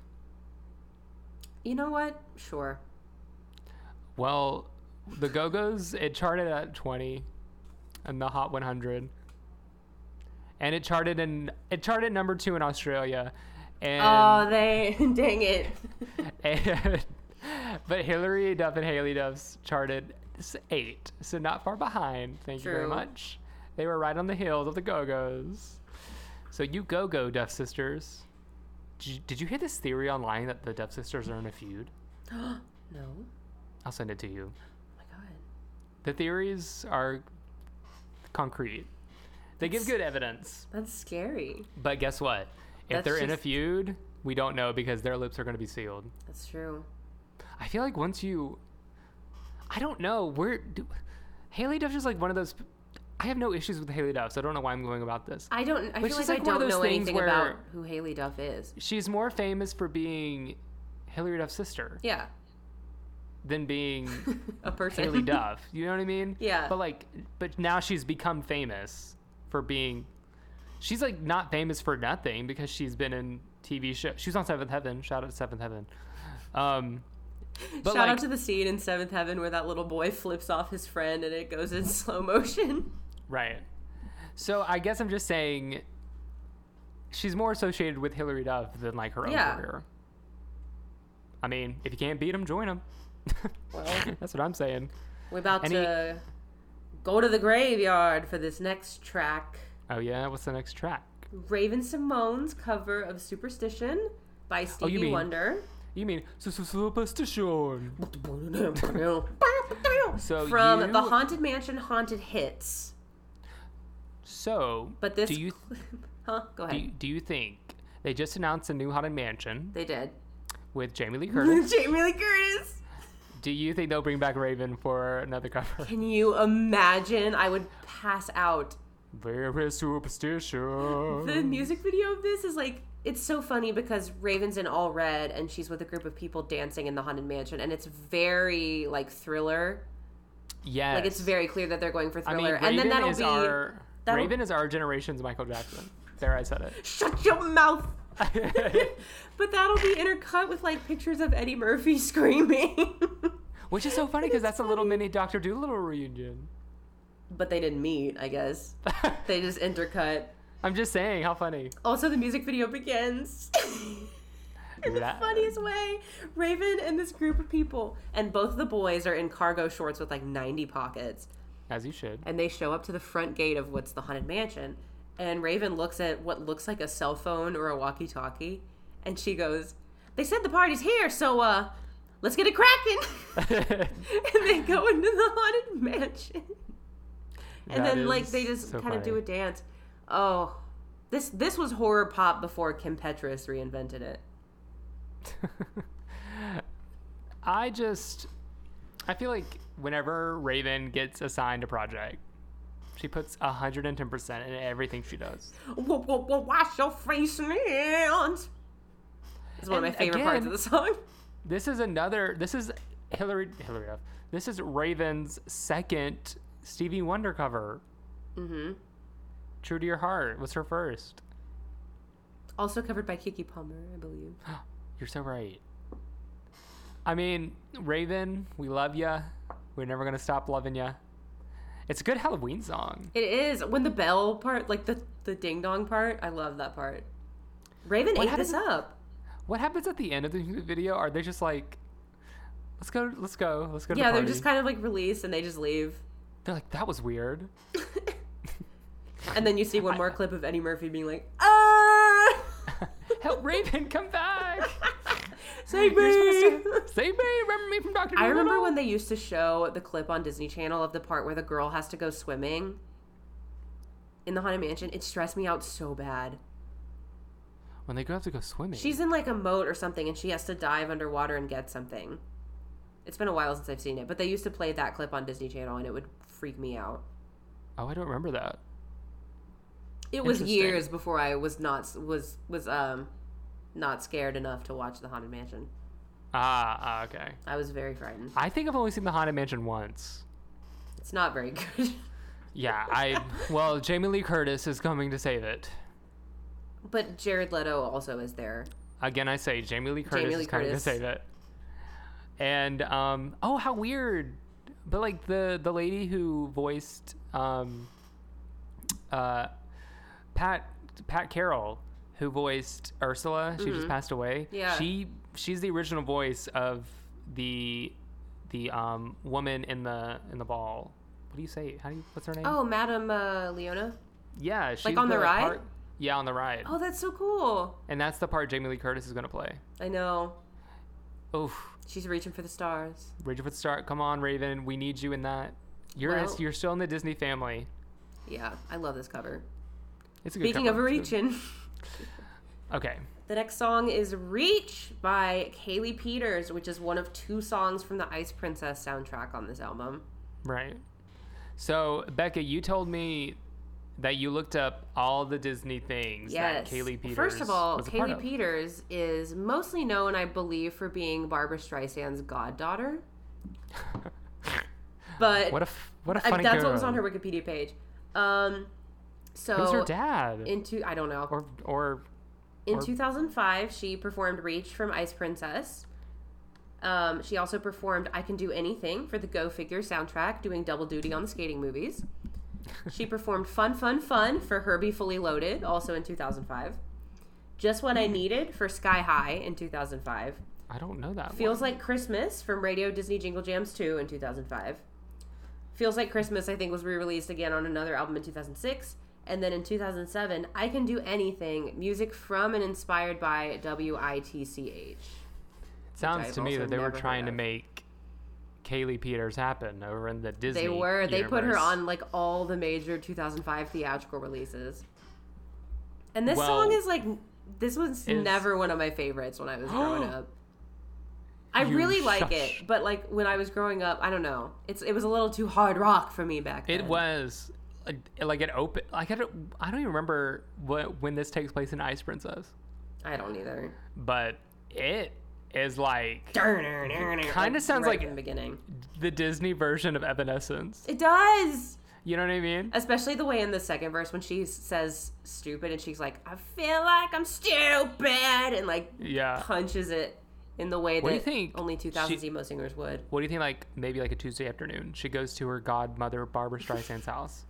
A: You know what? Sure.
B: Well, the Go Go's it charted at 20 in the Hot 100, and it charted in it charted number two in Australia, and,
A: Oh, they dang it.
B: and but Hillary Duff and Haley Duff's charted s- eight, so not far behind. Thank you very
A: True.
B: much. They were right on the heels of the Go Go's. So you Go Go Duff sisters. Did you, did you hear this theory online that the Duff sisters are in a feud?
A: No.
B: I'll send it to you.
A: Oh my god.
B: The theories are concrete. They give good evidence.
A: That's scary.
B: But guess what? If
A: That's
B: they're in a
A: just-
B: feud, we don't know because their lips are going to be sealed.
A: That's true.
B: I feel like once you I don't know, where do Haley Duff's just like one of those I have no issues with Haley Duff, so I don't know why I'm going about this.
A: I don't I
B: Which
A: feel like,
B: is
A: I
B: like one of
A: don't
B: those
A: know
B: things
A: anything
B: where-
A: about who Haley Duff is.
B: She's more famous for being Hillary Duff's sister
A: Yeah.
B: than being
A: A person.
B: Haley Duff. You know what I mean?
A: Yeah.
B: But like but now she's become famous for being She's like not famous for nothing because she's been in TV shows. She was on Seventh Heaven. Shout out to Seventh Heaven. Um, but
A: Shout
B: like,
A: out to the scene in Seventh Heaven where that little boy flips off his friend and it goes in slow motion.
B: right. So I guess I'm just saying she's more associated with Hillary Duff than like her own
A: Yeah.
B: career. I mean, if you can't beat 'em, join 'em. That's what I'm saying.
A: We're about
B: Any-
A: to go to the graveyard for this next track.
B: Oh yeah, what's the next track?
A: Raven Simone's cover of Superstition by Stevie
B: Oh, mean-
A: Wonder.
B: You mean su- su- superstition? So
A: From
B: you-
A: the Haunted Mansion Haunted Hits.
B: So,
A: But this.
B: do you
A: huh? Go
B: do
A: ahead.
B: you, do you think they just announced a new haunted mansion
A: They did.
B: with Jamie Lee Curtis?
A: Jamie Lee Curtis.
B: do you think they'll bring back Raven for another cover?
A: Can you imagine? I would pass out.
B: Very superstition.
A: The music video of this is like it's so funny because Raven's in all red and she's with a group of people dancing in the haunted mansion and it's very like thriller.
B: Yes.
A: Like it's very clear that they're going for
B: I mean,
A: thriller. and then
B: Raven
A: that'll
B: is
A: be
B: our
A: that'll-
B: Raven is our generation's Michael Jackson. There, I said
A: shut your mouth.
B: it.
A: But that'll be intercut with like pictures of Eddie Murphy screaming.
B: Which is so funny because that's a little mini Doctor Doolittle reunion.
A: but they didn't meet, I guess. They just intercut.
B: I'm just saying, how funny.
A: Also, the music video begins. In the
B: That-
A: funniest way, Raven and this group of people, and both of the boys are in cargo shorts with like 90 pockets,
B: As you should.
A: and they show up to the front gate of what's the haunted mansion. And Raven looks at what looks like a cell phone or a walkie talkie, and she goes, They said the party's here, so uh, let's get it cracking. and they go into the haunted mansion. And
B: That
A: then like they
B: is
A: just
B: so
A: kind of do
B: funny.
A: a dance. Oh, this this was horror pop before Kim Petras reinvented it.
B: I just I feel like whenever Raven gets assigned a project, she puts 110% in everything she does.
A: Whoa, whoa, whoa, wash your face and hands. It's one of my
B: And
A: favorite parts of
B: again-
A: the song.
B: This is another this is Hillary Hillary Duff. This is Raven's second Stevie Wonder cover.
A: hmm
B: True to Your Heart was her first.
A: Also covered by Kiki Palmer, I believe.
B: You're so right. I mean, Raven, we love ya. We're never going to stop loving ya. It's a good Halloween song.
A: It is when the bell part, like the the ding dong part. I love that part. Raven
B: What
A: ate this
B: happened-
A: up.
B: What happens at the end of the music video? Are they just like, let's go, let's go, let's go to
A: Yeah,
B: the party?
A: they're just kind of like released and they just leave.
B: They're like, that was weird.
A: And then you see one more clip of Eddie Murphy being like, ah,
B: Help, Raven, come back!
A: save
B: You're supposed
A: me.
B: to save me. Remember me from Doctor.
A: I remember when they used to show the clip on Disney Channel of the part where the girl has to go swimming in the haunted mansion. It stressed me out so bad.
B: when they go have to go swimming.
A: She's in like a moat or something, and she has to dive underwater and get something. It's been a while since I've seen it, but they used to play that clip on Disney Channel, and it would freak me out.
B: Oh, I don't remember that.
A: It was
B: Interesting.
A: years before I was not was was um not scared enough to watch the haunted mansion.
B: Ah, ah, okay.
A: I was very frightened.
B: I think I've only seen the Haunted Mansion once.
A: It's not very good.
B: Yeah, I. well, Jamie Lee Curtis is coming to save it.
A: But Jared Leto also is there.
B: Again, I say Jamie Lee Curtis
A: Lee
B: is coming
A: Curtis.
B: to save it. And um, oh, how weird! But like the the lady who voiced um, uh, Pat Pat Carroll, who voiced Ursula, she just passed away.
A: Mm-hmm. Yeah.
B: she she's the original voice of the the um, woman in the in the ball. What do you say? How do you? What's her name?
A: Oh, Madame uh, Leona.
B: yeah, she's
A: on the ride?
B: part- yeah, on the ride.
A: Oh, that's so cool.
B: And that's the part Jamie Lee Curtis is gonna play.
A: I know.
B: Oof.
A: She's reaching for the stars.
B: Bridge of Start, come on, Raven. We need you in that. You're
A: Well-
B: you're still in the Disney family.
A: Yeah, I love this cover.
B: It's a good
A: Speaking of
B: cover, too.
A: reaching,
B: Okay.
A: the next song is Reach by Kaylee Peters, which is one of two songs from the Ice Princess soundtrack on this album.
B: Right. So Becca, you told me that you looked up all the Disney things
A: Yes.
B: that Kaylee Peters.
A: First of all,
B: was a part
A: Kaylee
B: of.
A: Peters is mostly known, I believe, for being Barbara Streisand's goddaughter. But
B: What a f- what a
A: I-
B: funny
A: Uh, that's
B: girl.
A: what was on her Wikipedia page. Um, So
B: Who's her dad?
A: into I don't know.
B: or or
A: In
B: or-
A: 2005, she performed "Reach" from Ice Princess. Um, she also performed "I Can Do Anything" for the Go Figure soundtrack, doing double duty on the skating movies. She performed "Fun, Fun, Fun" for Herbie Fully Loaded, also in 2005. "Just When I Needed" for Sky High in 2005.
B: I don't know that.
A: "Feels Like Christmas" from Radio Disney Jingle Jams 2 in 2005. "Feels Like Christmas" I think was re-released again on another album in 2006, and then in 2007, "I Can Do Anything" music from and inspired by WITCH.
B: It sounds
A: I've
B: to me
A: also
B: that they were
A: never heard
B: trying to
A: of.
B: make Kaylee Peters happen over in the Disney.
A: They were they put her
B: universe.
A: on like all the major 2005 theatrical releases. And this
B: Well,
A: song is like this was
B: is-
A: never one of my favorites when I was growing up. I
B: You
A: really like
B: shush.
A: it, but like when I was growing up, I don't know. It's it was a little too hard rock for me back then.
B: It was like, like it open. Like I don't, I don't even remember what when this takes place in Ice Princess,
A: I don't either.
B: but it is like
A: Kind
B: sounds like-
A: in the beginning.
B: the Disney version of Evanescence.
A: It does,
B: You know what I mean?
A: especially the way in the second verse when she says "stupid" and she's like, "I feel like I'm stupid," and like
B: Yeah.
A: punches it in the way
B: What do you
A: that
B: think
A: only 2000s
B: she-
A: emo singers would.
B: What do you think? Like maybe like a Tuesday afternoon, she goes to her godmother Barbara Streisand's house.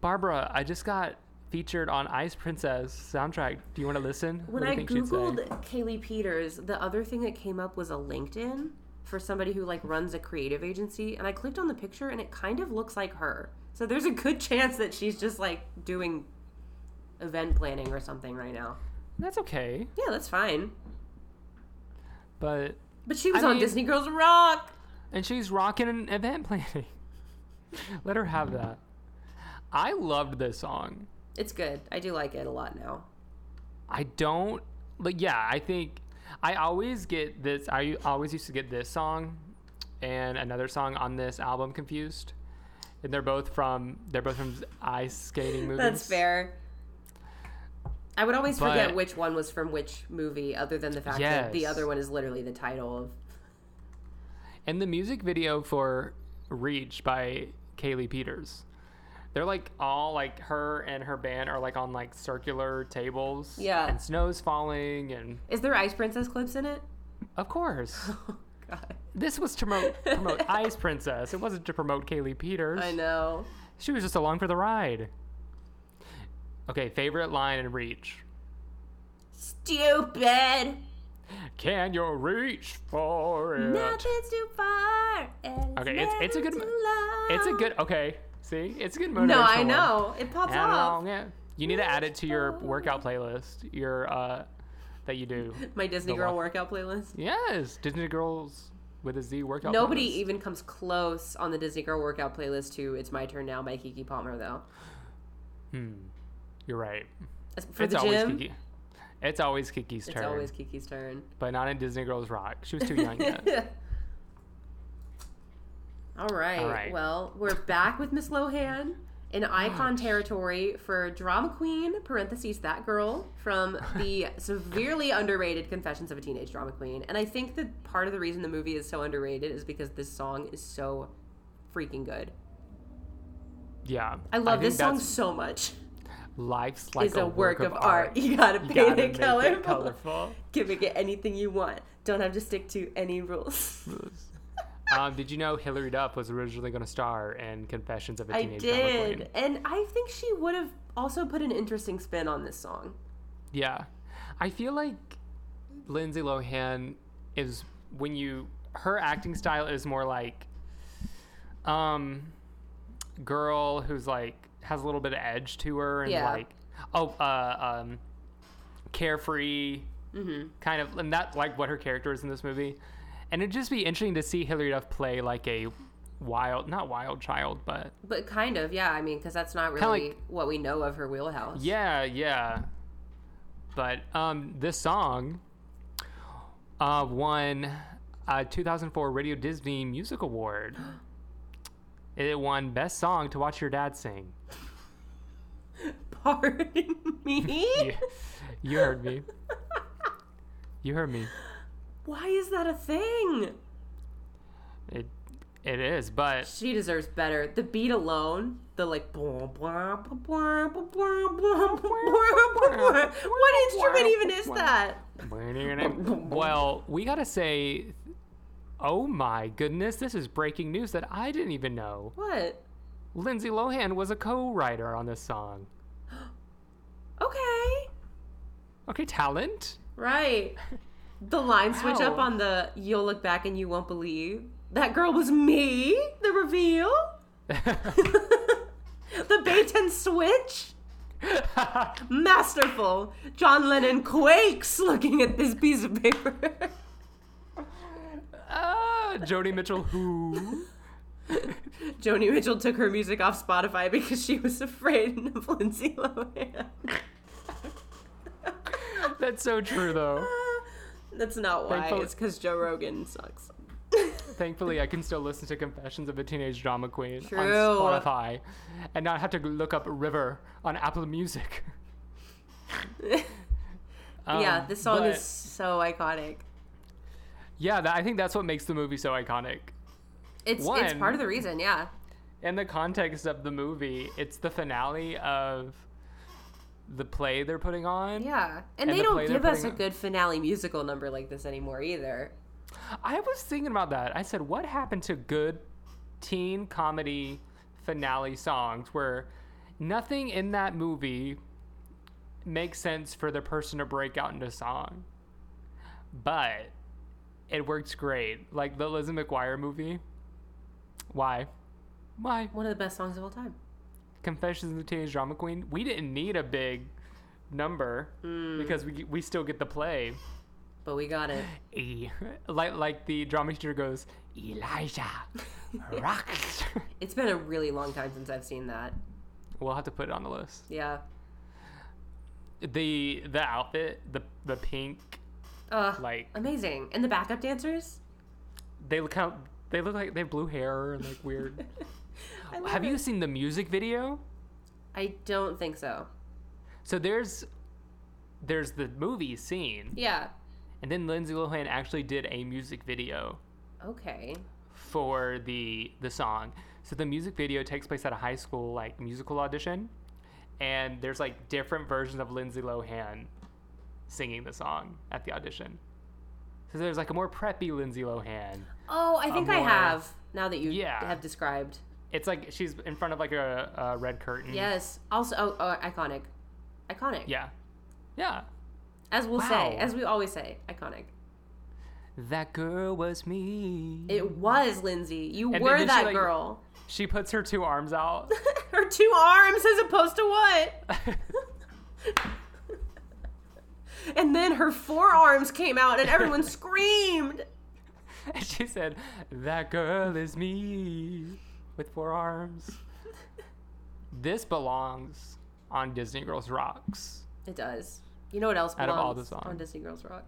B: Barbara, I just got featured on Ice Princess soundtrack. Do you want to listen?
A: When
B: What do you
A: I
B: think she'd say?
A: googled Kaylee Peters, the other thing that came up was a LinkedIn for somebody who like runs a creative agency, and I clicked on the picture and it kind of looks like her. So there's a good chance that she's just like doing event planning or something right now.
B: that's okay,
A: Yeah, that's fine.
B: but
A: But she was
B: I
A: on
B: mean-
A: Disney Girls Rock.
B: And she's rocking an event planning. Let her have that. I loved this song.
A: It's good. I do like it a lot now.
B: I don't like yeah, I think I always get this I always used to get this song and another song on this album confused. And they're both from they're both from ice skating movies.
A: That's fair. I would always forget
B: But-
A: which one was from which movie, other than the fact that the
B: Yes.
A: other one is literally the title of.
B: And the music video for Reach by Kaylee Peters. They're like all like her and her band are like on like circular tables.
A: Yeah.
B: And snow's falling and
A: Is there Ice Princess clips in it?
B: Of course.
A: Oh God,
B: This was to promote, promote Ice Princess. It wasn't to promote Kaylee Peters.
A: I know.
B: She was just along for the ride. Okay, favorite line in Reach.
A: Stupid.
B: Can you reach for it?
A: Nothing's too far. and
B: Okay, it's- it's a
A: never
B: good
A: too
B: It's a
A: long.
B: good. Okay, see, it's a good motivational.
A: No, I
B: one.
A: know it pops
B: How
A: off.
B: long it- You need to add it to your workout playlist. Your uh, that you do.
A: My Disney
B: The
A: Girl
B: one-
A: workout playlist.
B: Yes, Disney Girls with a Z workout.
A: Nobody
B: playlist.
A: even comes close on the Disney Girl workout playlist to "It's My Turn Now" by Kiki Palmer, though.
B: You're right.
A: As- For
B: it's
A: the
B: always
A: gym,
B: Kiki. It's always Kiki's
A: it's
B: turn.
A: always Kiki's turn.
B: but not in Disney Girls Rock. She was too young yet.
A: All right.
B: All right.
A: Well, we're back with Miss Lohan in icon territory for drama queen parentheses that girl from the severely underrated Confessions of a Teenage Drama Queen. And I think that part of the reason the movie is so underrated is because this song is so freaking good.
B: Yeah.
A: I love
B: think
A: this song
B: that's-
A: so much.
B: Life's like
A: it's a, work, of art. You gotta
B: You
A: paint
B: gotta
A: it
B: make
A: colorful.
B: it colorful.
A: Can make it anything you want. Don't have to stick to any rules.
B: um, did you know Hillary Duff was originally going to star in Confessions of a
A: I
B: Teenage Drama Queen?
A: did. And I think she would have also put an interesting spin on this song.
B: Yeah. I feel like Lindsay Lohan is when you her acting style is more like um girl who's like has a little bit of edge to her and
A: Yeah.
B: like oh uh um carefree kind of and that's like what her character is in this movie. And it'd just be interesting to see Hilary Duff play like a wild not wild child, but
A: But kind of, yeah. I mean, because that's not
B: Kinda
A: really
B: like-
A: what we know of her wheelhouse.
B: Yeah, yeah. But um, this song uh, won a 2004 Radio Disney Music Award. It won Best Song to Watch Your Dad Sing.
A: Pardon me?
B: You, you heard me. You heard me.
A: Why is that a thing?
B: It, It is, but
A: She deserves better. The beat alone, the like, what instrument even is that?
B: well, we gotta say, oh my goodness, this is breaking news that I didn't even know.
A: What?
B: Lindsay Lohan was a co-writer on this song.
A: Okay.
B: Okay, talent.
A: Right. The line switch up
B: Wow.
A: on the you'll look back and you won't believe. That girl was me, the reveal. the bait and switch. Masterful. John Lennon quakes looking at this piece of paper.
B: Ah, Joni Mitchell, who?
A: Joni Mitchell took her music off Spotify because she was afraid of Lindsay Lohan.
B: That's so true, though.
A: Uh, That's not why.
B: Thankful-
A: It's because Joe Rogan sucks.
B: Thankfully, I can still listen to Confessions of a Teenage Drama Queen
A: True.
B: on Spotify and not have to look up River on Apple Music.
A: yeah,
B: Um,
A: this song
B: but-
A: is so iconic.
B: Yeah, that, I think that's what makes the movie so iconic.
A: It's it's
B: One.
A: part of the reason, yeah.
B: In the context of the movie, it's the finale of the play they're putting on.
A: Yeah. And, they
B: the
A: don't
B: play they're
A: give us a
B: putting on-
A: good finale musical number like this anymore either.
B: I was thinking about that. I said, what happened to good teen comedy finale songs where nothing in that movie makes sense for the person to break out into song? But it works great. Like the Lizzie McGuire movie. Why? Why?
A: One of the best songs of all time.
B: Confessions of a Teenage Drama Queen. We didn't need a big number because we, we still get the play.
A: But we got it.
B: E. Like like the drama teacher goes, Elijah rocks.
A: It's been a really long time since I've seen that.
B: we'll have to put it on the list.
A: Yeah.
B: The the outfit, the the pink,
A: Ugh.
B: like
A: Amazing. And the backup dancers?
B: they look how they look like they have blue hair and like weird.
A: I love
B: have
A: it.
B: you seen the music video?
A: I don't think so.
B: So there's there's the movie scene,
A: Yeah.
B: and then Lindsay Lohan actually did a music video
A: Okay.
B: for the the song. So the music video takes place at a high school like musical audition, and there's like different versions of Lindsay Lohan singing the song at the audition. So there's like a more preppy Lindsay Lohan.
A: Oh, I think I
B: Uh, more-
A: have. Now that you
B: Yeah.
A: have described.
B: It's like she's in front of like a, a red curtain.
A: Yes. Also, oh, oh, iconic. Iconic.
B: Mm. Yeah. Yeah.
A: As we'll
B: Wow.
A: say, as we always say, iconic.
B: That girl was me.
A: It was Lindsay. You
B: And
A: were
B: then she,
A: that
B: like-
A: girl.
B: she puts her two arms out.
A: Her two arms as opposed to what? And then her forearms came out and everyone screamed.
B: And she said, That girl is me with four arms. this belongs on Disney Girls Rocks.
A: It does. You know what else
B: Out
A: belongs
B: of all the
A: on
B: songs.
A: Disney Girls Rock?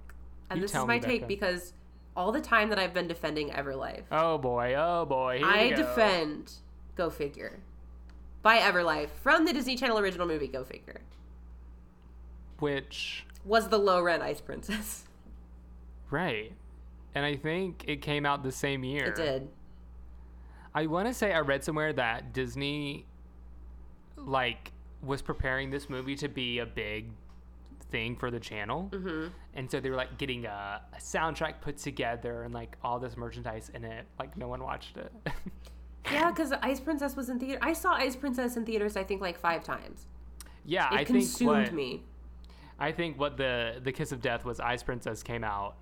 A: And
B: You
A: this
B: tell
A: is my
B: me,
A: take
B: Becca.
A: because all the time that I've been defending Everlife,
B: Oh boy, oh boy. Here
A: I
B: we go.
A: defend Go Figure by Everlife from the Disney Channel original movie Go Figure.
B: Which,
A: Was the low rent ice princess?
B: right. And I think it came out the same year.
A: It did.
B: I want to say I read somewhere that Disney, like, was preparing this movie to be a big thing for the channel. Mm-hmm. And so they were, like, getting a, a soundtrack put together and, like, all this merchandise in it. Like, no one watched it.
A: Yeah, because Ice Princess was in theater. I saw Ice Princess in theaters, I think, like five times.
B: yeah,
A: It
B: I think
A: consumed
B: what,
A: me.
B: I think what the, the Kiss of Death was Ice Princess came out.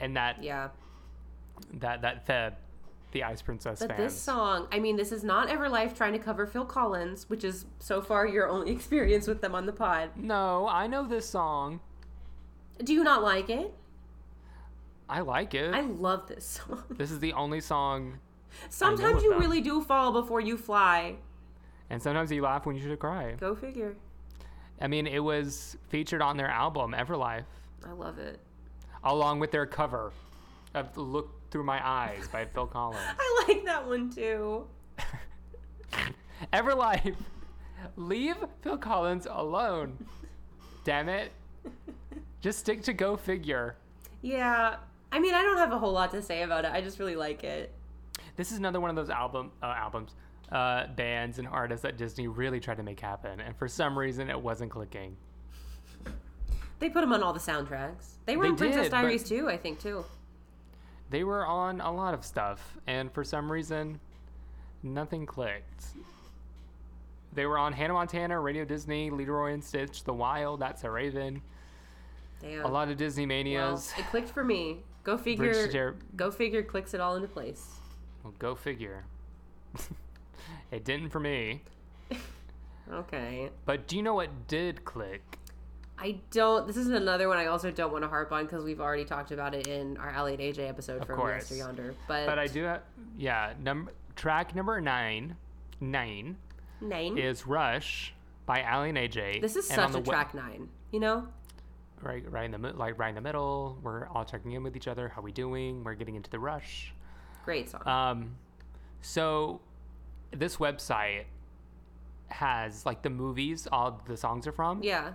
B: And that,
A: Yeah.
B: that, that fed the Ice Princess
A: But
B: fans.
A: this song, I mean, this is not Everlife trying to cover Phil Collins, which is so far your only experience with them on the pod.
B: no, I know this song.
A: Do you not like it?
B: I like it.
A: I love this song.
B: this is the only song
A: Sometimes
B: of
A: you
B: them.
A: really do fall before you fly.
B: And sometimes you laugh when you should cry.
A: Go figure.
B: I mean, it was featured on their album Everlife,
A: I love it.
B: along with their cover of "Look Through My Eyes" by Phil Collins.
A: I like that one too.
B: Everlife, leave Phil Collins alone. Damn it! Just stick to Go Figure.
A: Yeah. I mean, I don't have a whole lot to say about it. I just really like it.
B: This is another one of those album uh, albums, uh, bands and artists that Disney really tried to make happen, and for some reason it wasn't clicking.
A: They put them on all the soundtracks. They were
B: They
A: in Princess
B: did, but-
A: Diaries too, I think too.
B: They were on a lot of stuff, and for some reason, nothing clicked. They were on Hannah Montana, Radio Disney, Leroy and Stitch, The Wild, That's a Raven,
A: Damn.
B: a lot of Disney
A: Well,
B: manias.
A: it clicked for me. Go
B: Bridge to
A: figure.
B: Jer-
A: Go figure clicks it all into place.
B: Well, go figure. it didn't for me.
A: Okay.
B: But do you know what did click?
A: I don't. This is another one I also don't want to harp on because we've already talked about it in our Ally and AJ episode from
B: course.
A: Master Yonder. But,
B: But I do have, yeah, num- track number nine, nine
A: nine.
B: is Rush by Ali and AJ.
A: this is
B: and
A: such
B: on the
A: a
B: we-
A: track nine. You know,
B: right, right in the mi- like right in the middle. We're all checking in with each other. How we doing? We're getting into the rush.
A: great song.
B: Um, so this website has like the movies all the songs are from.
A: yeah.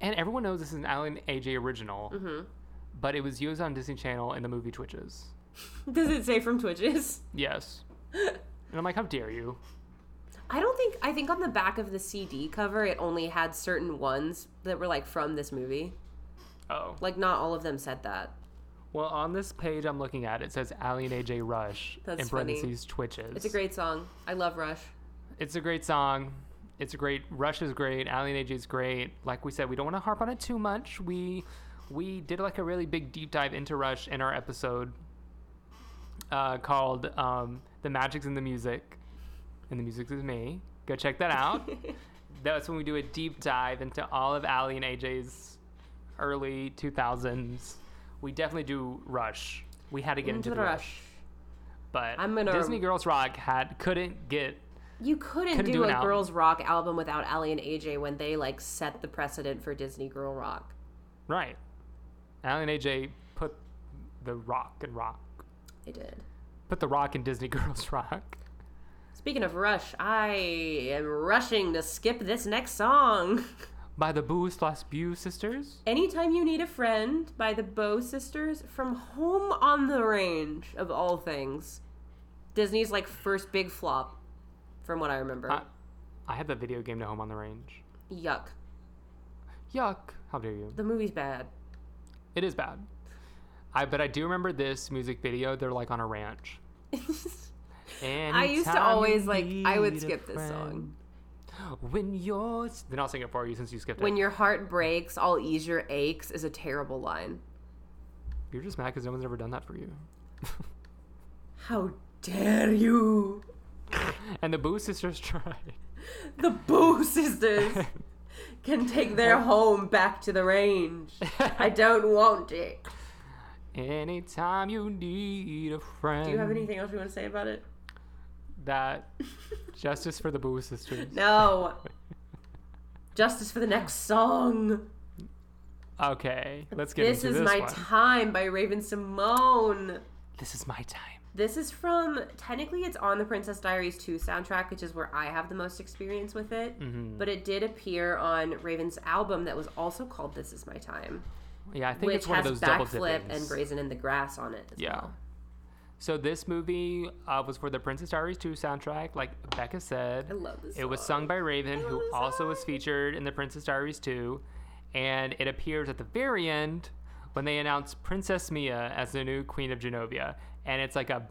B: And everyone knows this is an Alan AJ original,
A: Mm-hmm.
B: but it was used on Disney Channel in the movie Twitches.
A: Does it say from Twitches?
B: Yes. and I'm like, how dare you?
A: I don't think. I think on the back of the CD cover, it only had certain ones that were like from this movie.
B: Oh.
A: Like not all of them said that.
B: Well, on this page I'm looking at, it says Ali and AJ Rush
A: That's
B: in
A: funny.
B: parentheses Twitches.
A: It's a great song. I love Rush.
B: It's a great song. It's a great Rush is great. Ali and AJ is great. Like we said, we don't want to harp on it too much. We we did like a really big deep dive into Rush in our episode uh, called um, "The Magic's in the Music," and the music is me. Go check that out. That's when we do a deep dive into all of Ali and AJ's early 2000s. We definitely do Rush. We had to get into, the Rush, but
A: I'm gonna-
B: Disney Girls Rock had couldn't get
A: You couldn't,
B: Couldn't
A: do,
B: do an
A: a
B: album.
A: girls rock album without Ally and AJ when they like set the precedent for Disney girl rock.
B: Right. Alan and AJ put the rock and rock.
A: They did.
B: Put the rock in Disney Girls Rock.
A: Speaking of Rush, I am rushing to skip this next song.
B: By the Boo Slash Boo sisters.
A: Anytime You Need a Friend by the Bow Sisters from Home on the Range, of all things. Disney's like first big flop, from what I remember.
B: I, I had the video game to home on the range.
A: Yuck.
B: Yuck. How dare you?
A: The movie's bad.
B: It is bad. I but I do remember this music video. They're like on a ranch. And
A: I used to always like I would skip this song.
B: When yours then I'll sing it for you since you skipped
A: When
B: it.
A: your heart breaks, all ease your aches is a terrible line.
B: You're just mad because no one's ever done that for you.
A: How dare you?
B: And the Boo sisters tried.
A: The Boo sisters can take their home back to the range. I don't want it.
B: Anytime you need a friend.
A: Do you have anything else you want to say about it?
B: That justice for the Boo sisters.
A: No. Justice for the next song.
B: Okay, let's get
A: this
B: into
A: is
B: this
A: my
B: one.
A: time by Raven Simone.
B: this is my time.
A: This is from technically it's on the Princess Diaries 2 soundtrack, which is where I have the most experience with it.
B: Mm-hmm.
A: But it did appear on Raven's album that was also called This Is My Time,
B: Yeah, I think
A: which
B: it's one of
A: has
B: those double
A: Backflip
B: dippings.
A: and Brazen in the Grass on it. as
B: yeah.
A: well.
B: So this movie uh, was for the Princess Diaries 2 soundtrack, like Becca said.
A: I love this.
B: It was
A: song.
B: sung by Raven,
A: love
B: who
A: this
B: also was
A: song.
B: featured in the Princess Diaries 2, and it appears at the very end when they announce Princess Mia as the new Queen of Genovia, and it's like a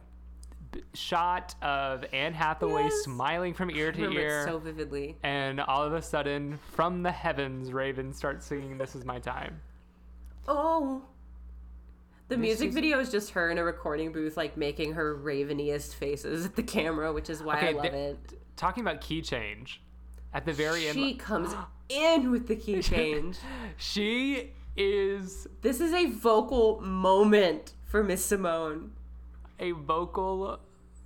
B: b- shot of Anne Hathaway
A: Yes.
B: smiling from ear
A: I
B: to
A: remember
B: ear,
A: it so vividly.
B: and all of a sudden, from the heavens, Raven starts singing "This Is My Time."
A: Oh. The music
B: is-
A: video is just her in a recording booth, like making her raveniest faces at the camera, which is why I
B: Okay,
A: love
B: the-
A: it.
B: Talking about key change, at the very
A: She
B: end,
A: comes in with the key change.
B: she is
A: this is a vocal moment for Miss Simone.
B: a vocal,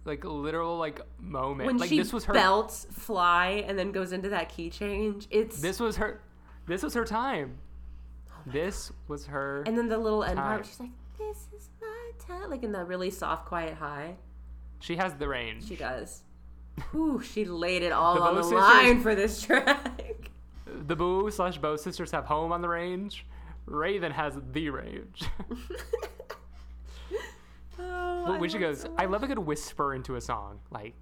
B: like literal, like moment.
A: When
B: like
A: she
B: this was her
A: belts fly and then goes into that key change, it's
B: This was her. This was her time. This was her.
A: and then the little end
B: time.
A: part, she's like, "This is my time," like in that really soft, quiet high.
B: She has the range.
A: She does. Whew, she laid it all
B: The
A: on
B: Bow
A: the
B: Sisters-
A: line for this track.
B: The Boo slash Bo sisters have home on the range. Raven has the range.
A: oh know.
B: But
A: I
B: when she
A: want
B: goes,
A: so
B: I love a good whisper into a song. Like,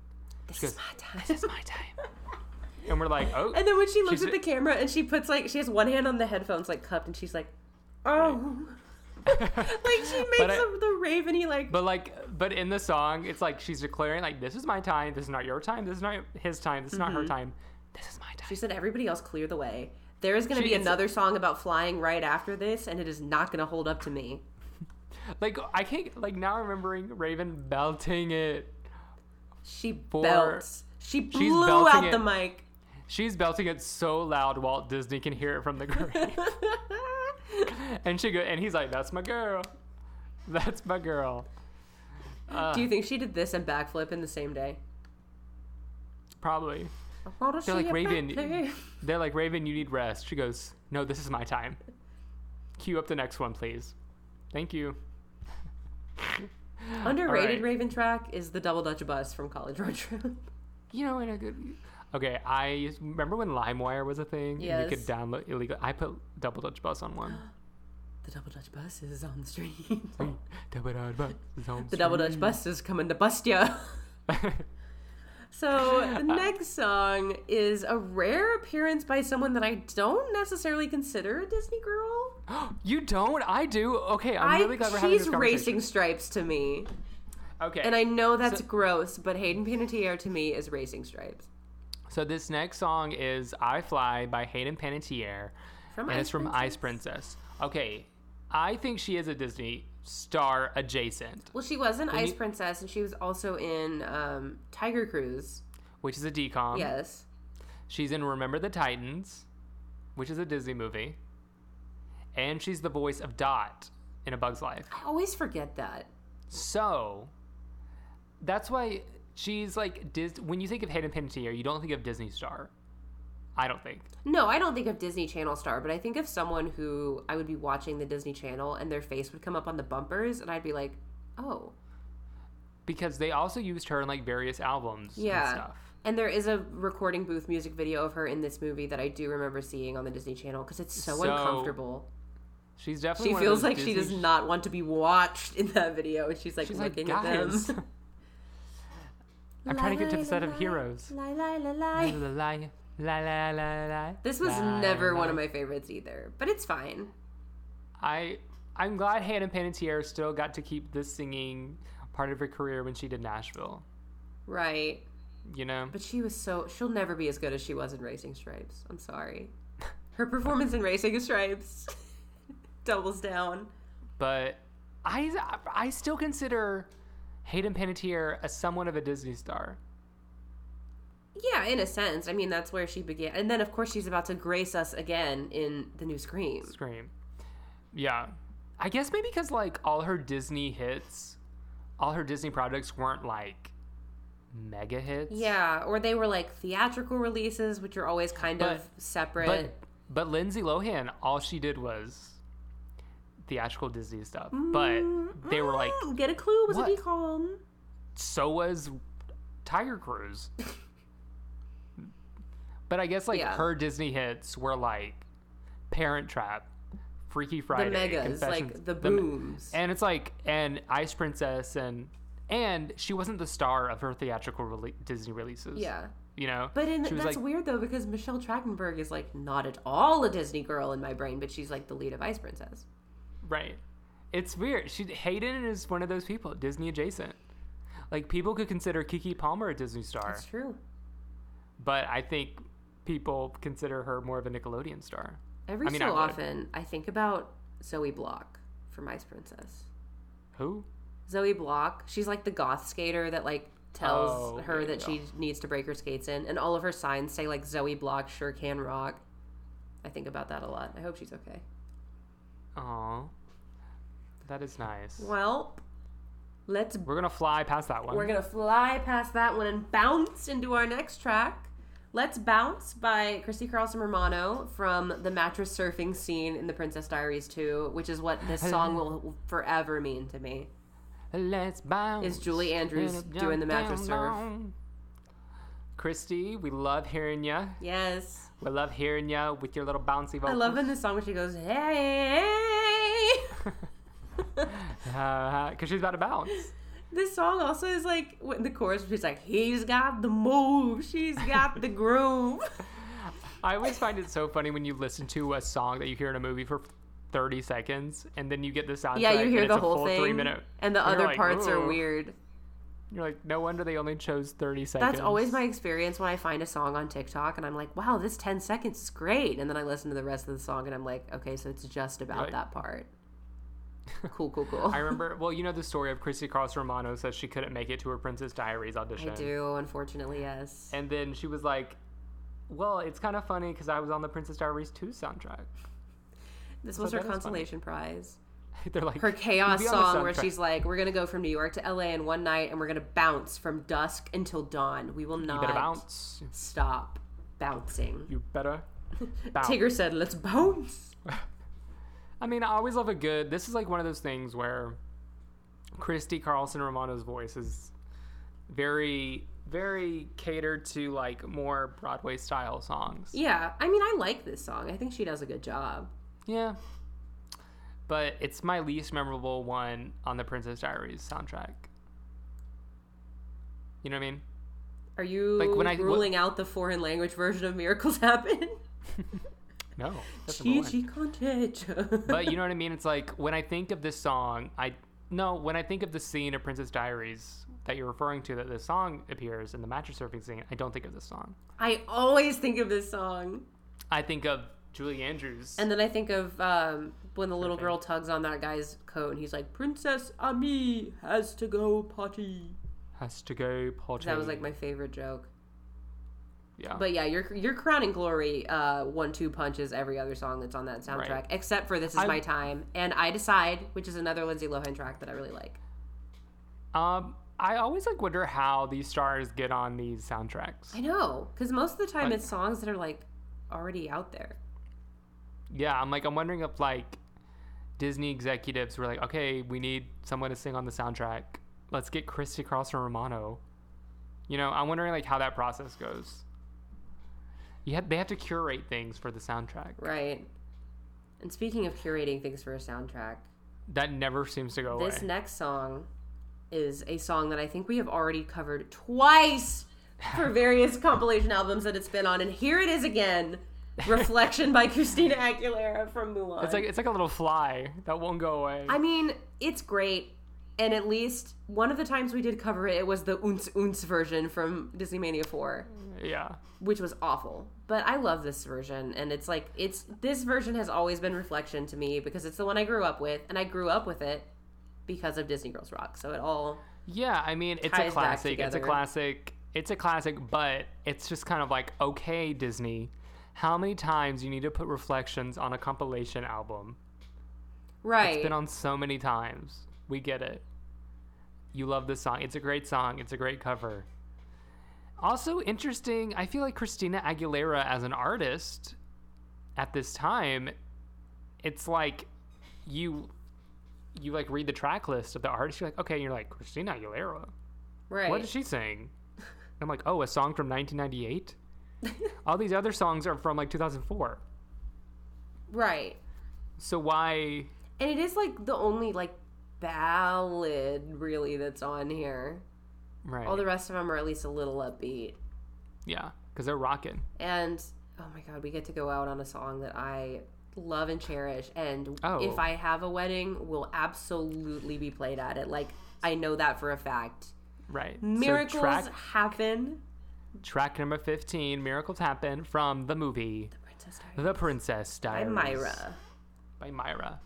A: This
B: she
A: is
B: goes,
A: my time.
B: this is my time. And we're like, oh.
A: And then when she looks
B: She's-
A: at the camera and she puts like she has one hand on the headphones like cupped and she's like, oh, like she makes
B: I-
A: the, the raveny like.
B: But like, but in the song, it's like she's declaring, like, this is my time. This is not your time. This is not his time. This is not her time. This is my
A: she
B: time.
A: said, "Everybody else, clear the way." There is going to
B: She-
A: be
B: it's a-
A: another song about flying right after this, and it is not going to hold up to me.
B: Like, I can't. Like now, remembering Raven belting it.
A: She
B: For-
A: belts. She
B: she's
A: blew
B: belting
A: out the
B: it.
A: mic.
B: She's belting it so loud, Walt Disney can hear it from the grave. and she go, and he's like, "That's my girl. That's my girl."
A: Do you think she did this and backflip in the same day?
B: Probably.
A: They're
B: like, "Raven, They're like, Raven, you need rest. She goes, No, this is my time. Cue up the next one, please. Thank you.
A: Underrated
B: Oh, Alright.
A: Raven track is the Double Dutch Bus from College Road Trip.
B: You know, in a good. Okay, I used- remember when LimeWire was a thing. And you
A: Yes.
B: could download illegal. I put Double Dutch Bus on one.
A: the Double Dutch Bus is on the street.
B: Double Dutch Bus. is on
A: the Double Dutch Bus is coming to bust ya.
B: street.
A: So the next song is a rare appearance by someone that I don't necessarily consider a Disney girl.
B: you don't? I do. Okay, I'm
A: I,
B: really glad we're having this
A: she's
B: conversation.
A: racing stripes to me,
B: Okay.
A: and I know that's gross, but Hayden Panettiere to me is racing stripes.
B: So this next song is "I Fly" by Hayden Panettiere,
A: From
B: and
A: Ice
B: it's from Ice Princess. Okay, I think she is a Disney star adjacent,
A: Well, she was an Ice
B: you-
A: Princess, and she was also in um, Tiger Cruise.
B: which is a decom.
A: Yes.
B: She's in "Remember the Titans," which is a Disney movie, and she's the voice of Dot in A Bug's Life.
A: I always forget that.
B: So that's why she's like Dis. When you think of Hayden Panettiere, you don't think of Disney star. I don't think.
A: No, I don't think of Disney Channel star, but I think of someone who I would be watching the Disney Channel and their face would come up on the bumpers and I'd be like, "Oh,
B: because they also used her in like various albums
A: Yeah.
B: and stuff.
A: And there is a recording booth music video of her in this movie that I do remember seeing on the Disney Channel because it's so,
B: So,
A: uncomfortable.
B: She's
A: She
B: definitely one of
A: feels
B: those
A: like she does
B: Disney-
A: not want to be watched in that video, and she's like
B: She's like,
A: looking at
B: guys,
A: them.
B: I'm trying to get to the set of Heroes.
A: Lie, lie, lie,
B: La,
A: lie.
B: la, la, la, la, la, la.
A: This was
B: La,
A: never
B: la.
A: one of my favorites either, but it's fine.
B: I I'm glad Hannah Panettiere still got to keep this singing part of her career when she did Nashville.
A: Right.
B: You know,
A: But she was so she'll never be as good as she was in Racing Stripes. I'm sorry. Her performance in Racing Stripes doubles down.
B: but I I still consider Hayden Panettiere as somewhat of a Disney star.
A: Yeah, in a sense. I mean, that's where she began. And then, of course, she's about to grace us again in the new Scream.
B: Scream. Yeah. I guess maybe because like all her Disney hits, all her Disney products weren't like mega hits.
A: Yeah, or they were like theatrical releases, which are always kind of separate.
B: But but Lindsay Lohan, all she did was theatrical Disney stuff. But they were like,
A: Mm, get a clue was
B: What?
A: a decom.
B: so was Tiger Cruise. but I guess like
A: Yeah.
B: her Disney hits were like Parent Trap, Freaky
A: The
B: Friday,
A: megas,
B: Confessions,
A: like the
B: me-
A: booms.
B: and it's like and ice princess and and she wasn't the star of her theatrical rele- disney releases
A: yeah.
B: you know
A: But in,
B: she was
A: that's
B: like
A: weird though because Michelle Trachtenberg is like not at all a Disney girl in my brain, but she's like the lead of Ice Princess.
B: right it's weird she hayden is one of those people disney adjacent like people could consider kiki palmer a disney star
A: That's true.
B: but i think people consider her more of a nickelodeon star
A: Every
B: I mean,
A: so
B: I would.
A: often, I think about Zoe Block from Ice Princess.
B: who
A: Zoe Block. She's like the goth skater that like tells
B: Oh,
A: her
B: there
A: that
B: you
A: she needs to break her skates in, and all of her signs say like Zoe Block sure can rock. I think about that a lot. I hope she's okay.
B: oh that is nice
A: Well, let's
B: we're gonna fly past that one
A: we're gonna fly past that one and bounce into our next track. Let's Bounce by Christy Carlson Romano from the mattress surfing scene in The Princess Diaries 2, which is what this song will forever mean to me.
B: Let's bounce.
A: Is Julie Andrews
B: Jump
A: doing the mattress
B: down
A: serve?
B: long. Christy, we love hearing ya.
A: Yes.
B: We love hearing ya with your little bouncy vocals.
A: I love in this song when she goes, hey.
B: Because she's about to bounce.
A: This song also is like when the chorus is like, he's got the move, she's got the groove.
B: I always find it so funny when you listen to a song that you hear in a movie for 30 seconds and then you get the soundtrack.
A: yeah, you hear
B: and
A: the
B: it's a
A: whole
B: full
A: thing,
B: Three minute,
A: and the
B: and you're
A: other
B: like,
A: parts are
B: "Ooh."
A: weird.
B: You're like, no wonder they only chose 30 seconds.
A: That's always my experience when I find a song on TikTok and I'm like, wow, this 10 seconds is great. And then I listen to the rest of the song and I'm like, okay, so it's just about
B: Right.
A: that part. Cool, cool, cool.
B: I
A: I,
B: remember, well, you know the story of Christy Cross Romano says she couldn't make it to her Princess Diaries audition.
A: do, unfortunately, yes.
B: And then she was like, well, it's kind of funny because I was on the Princess Diaries 2 soundtrack.
A: this was
B: so
A: her
B: that is funny.
A: consolation prize.
B: They're like,
A: Her chaos
B: "You'll be on the
A: song where
B: soundtrack."
A: she's like, we're going to go from New York to LA in one night and we're going to bounce from dusk until dawn. We will
B: You
A: not
B: better bounce.
A: stop bouncing.
B: You better bounce.
A: Tigger said, let's bounce.
B: I mean, I always love a good. This is like one of those things where Christy Carlson Romano's voice is very, very catered to like more Broadway style songs.
A: Yeah, I mean, I like this song. I think she does a good job.
B: Yeah. But it's my least memorable one on the Princess Diaries soundtrack. You know what I mean?
A: Are you
B: Like, when I- wh-
A: ruling out the foreign language version of Miracles Happen?
B: No. that's number one.
A: Gigi Contejo.
B: but you know what I mean? It's like when I think of this song, I no, when I think of the scene of Princess Diaries that you're referring to, that this song appears in the mattress surfing scene, I don't think of this song.
A: I always think of this song.
B: I think of Julie Andrews.
A: And then I think of um, when the little girl tugs on that guy's coat and he's like, Princess Ami has to go potty.
B: has to go potty.
A: That was like my favorite joke.
B: yeah.
A: But yeah, your your crowning glory uh, one two punches every other song that's on that soundtrack,
B: Right.
A: except for "This Is
B: I-
A: My Time" and "I Decide," which is another Lindsay Lohan track that I really like.
B: um, I always like wonder how these stars get on these soundtracks.
A: I know, because most of the time
B: Like-
A: it's songs that are like already out there.
B: Yeah, I'm like I'm wondering if like Disney executives were like, okay, we need someone to sing on the soundtrack. Let's get Christy Cross and Romano. You know, I'm wondering like how that process goes. You have, they have to curate things for the soundtrack.
A: Right. And speaking of curating things for a soundtrack,
B: That never seems to go away.
A: this next song is a song that I think we have already covered twice for various compilation albums that it's been on, and here it is again. Reflection by Christina Aguilera from Mulan.
B: it's like it's like a little fly that won't go away.
A: I mean, it's great, and at least one of the times we did cover it, it was the Unz Unz version from Disney Mania 4.
B: yeah.
A: which was awful. But I love this version, and it's like it's this version has always been reflection to me because it's the one I grew up with, and I grew up with it because of Disney Girls Rock. So it all
B: Yeah, I mean, it's
A: ties
B: a
A: back
B: classic. It's a
A: together.
B: classic. It's a classic, but it's just kind of like, okay, Disney, how many times you need to put reflections on a compilation album?
A: right.
B: It's been on so many times. We get it. You love this song. It's a great song. It's a great cover. Also interesting, I feel like Christina Aguilera as an artist at this time, it's like you you like read the track list of the artist, you're like, okay, and you're like, Christina Aguilera.
A: right.
B: What did she sing? I'm like, oh, a song from 1998. All these other songs are from like 2004.
A: right.
B: So why?
A: And it is like the only like ballad really that's on here.
B: Right.
A: All the rest of them are at least a little upbeat.
B: yeah, because they're rocking.
A: And oh my god, we get to go out on a song that I love and cherish. And
B: Oh.
A: if I have a wedding, will absolutely be played at it. Like I know that for a fact.
B: Right.
A: Miracles
B: So track
A: happen.
B: track number 15, Miracles Happen from the movie
A: Princess
B: The Princess
A: by
B: Diaries
A: Myra.
B: By Myra.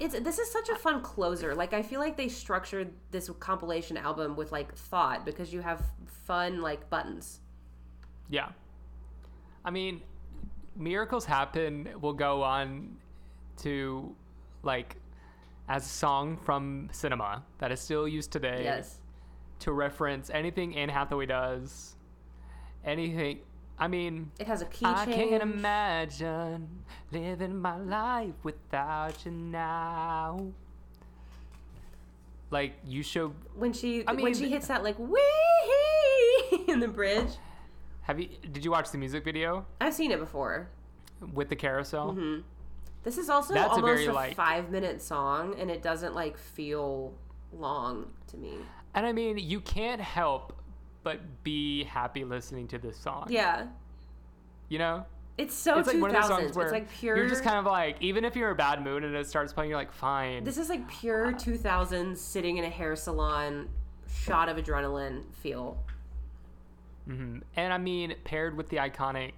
A: It's this is such a fun closer. Like I feel like they structured this compilation album with like thought because you have fun like buttons.
B: Yeah. I mean, Miracles Happen will go on to like as a song from cinema that is still used today.
A: Yes.
B: to reference anything Anne Hathaway does. Anything. I mean,
A: It has a key
B: I can't
A: change.
B: imagine living my life without you now. Like you show.
A: When she
B: I
A: when
B: mean-
A: she hits that like wee in the bridge.
B: Have you? Did you watch the music video
A: I've seen it before.
B: with the carousel?
A: Mm-hmm. This is also
B: That's a
A: almost
B: very,
A: a,
B: like-
A: five minute song and it doesn't like feel long to me.
B: And I mean, you can't help but be happy listening to this song.
A: Yeah.
B: You know?
A: It's so
B: It's like one of those
A: 2000s.
B: songs
A: it's
B: where
A: like pure
B: you're just kind of like, even if you're in a bad mood and it starts playing, you're like, fine.
A: This is like pure 2000s sitting in a hair salon shot of adrenaline feel.
B: Mhm. And I mean, paired with the iconic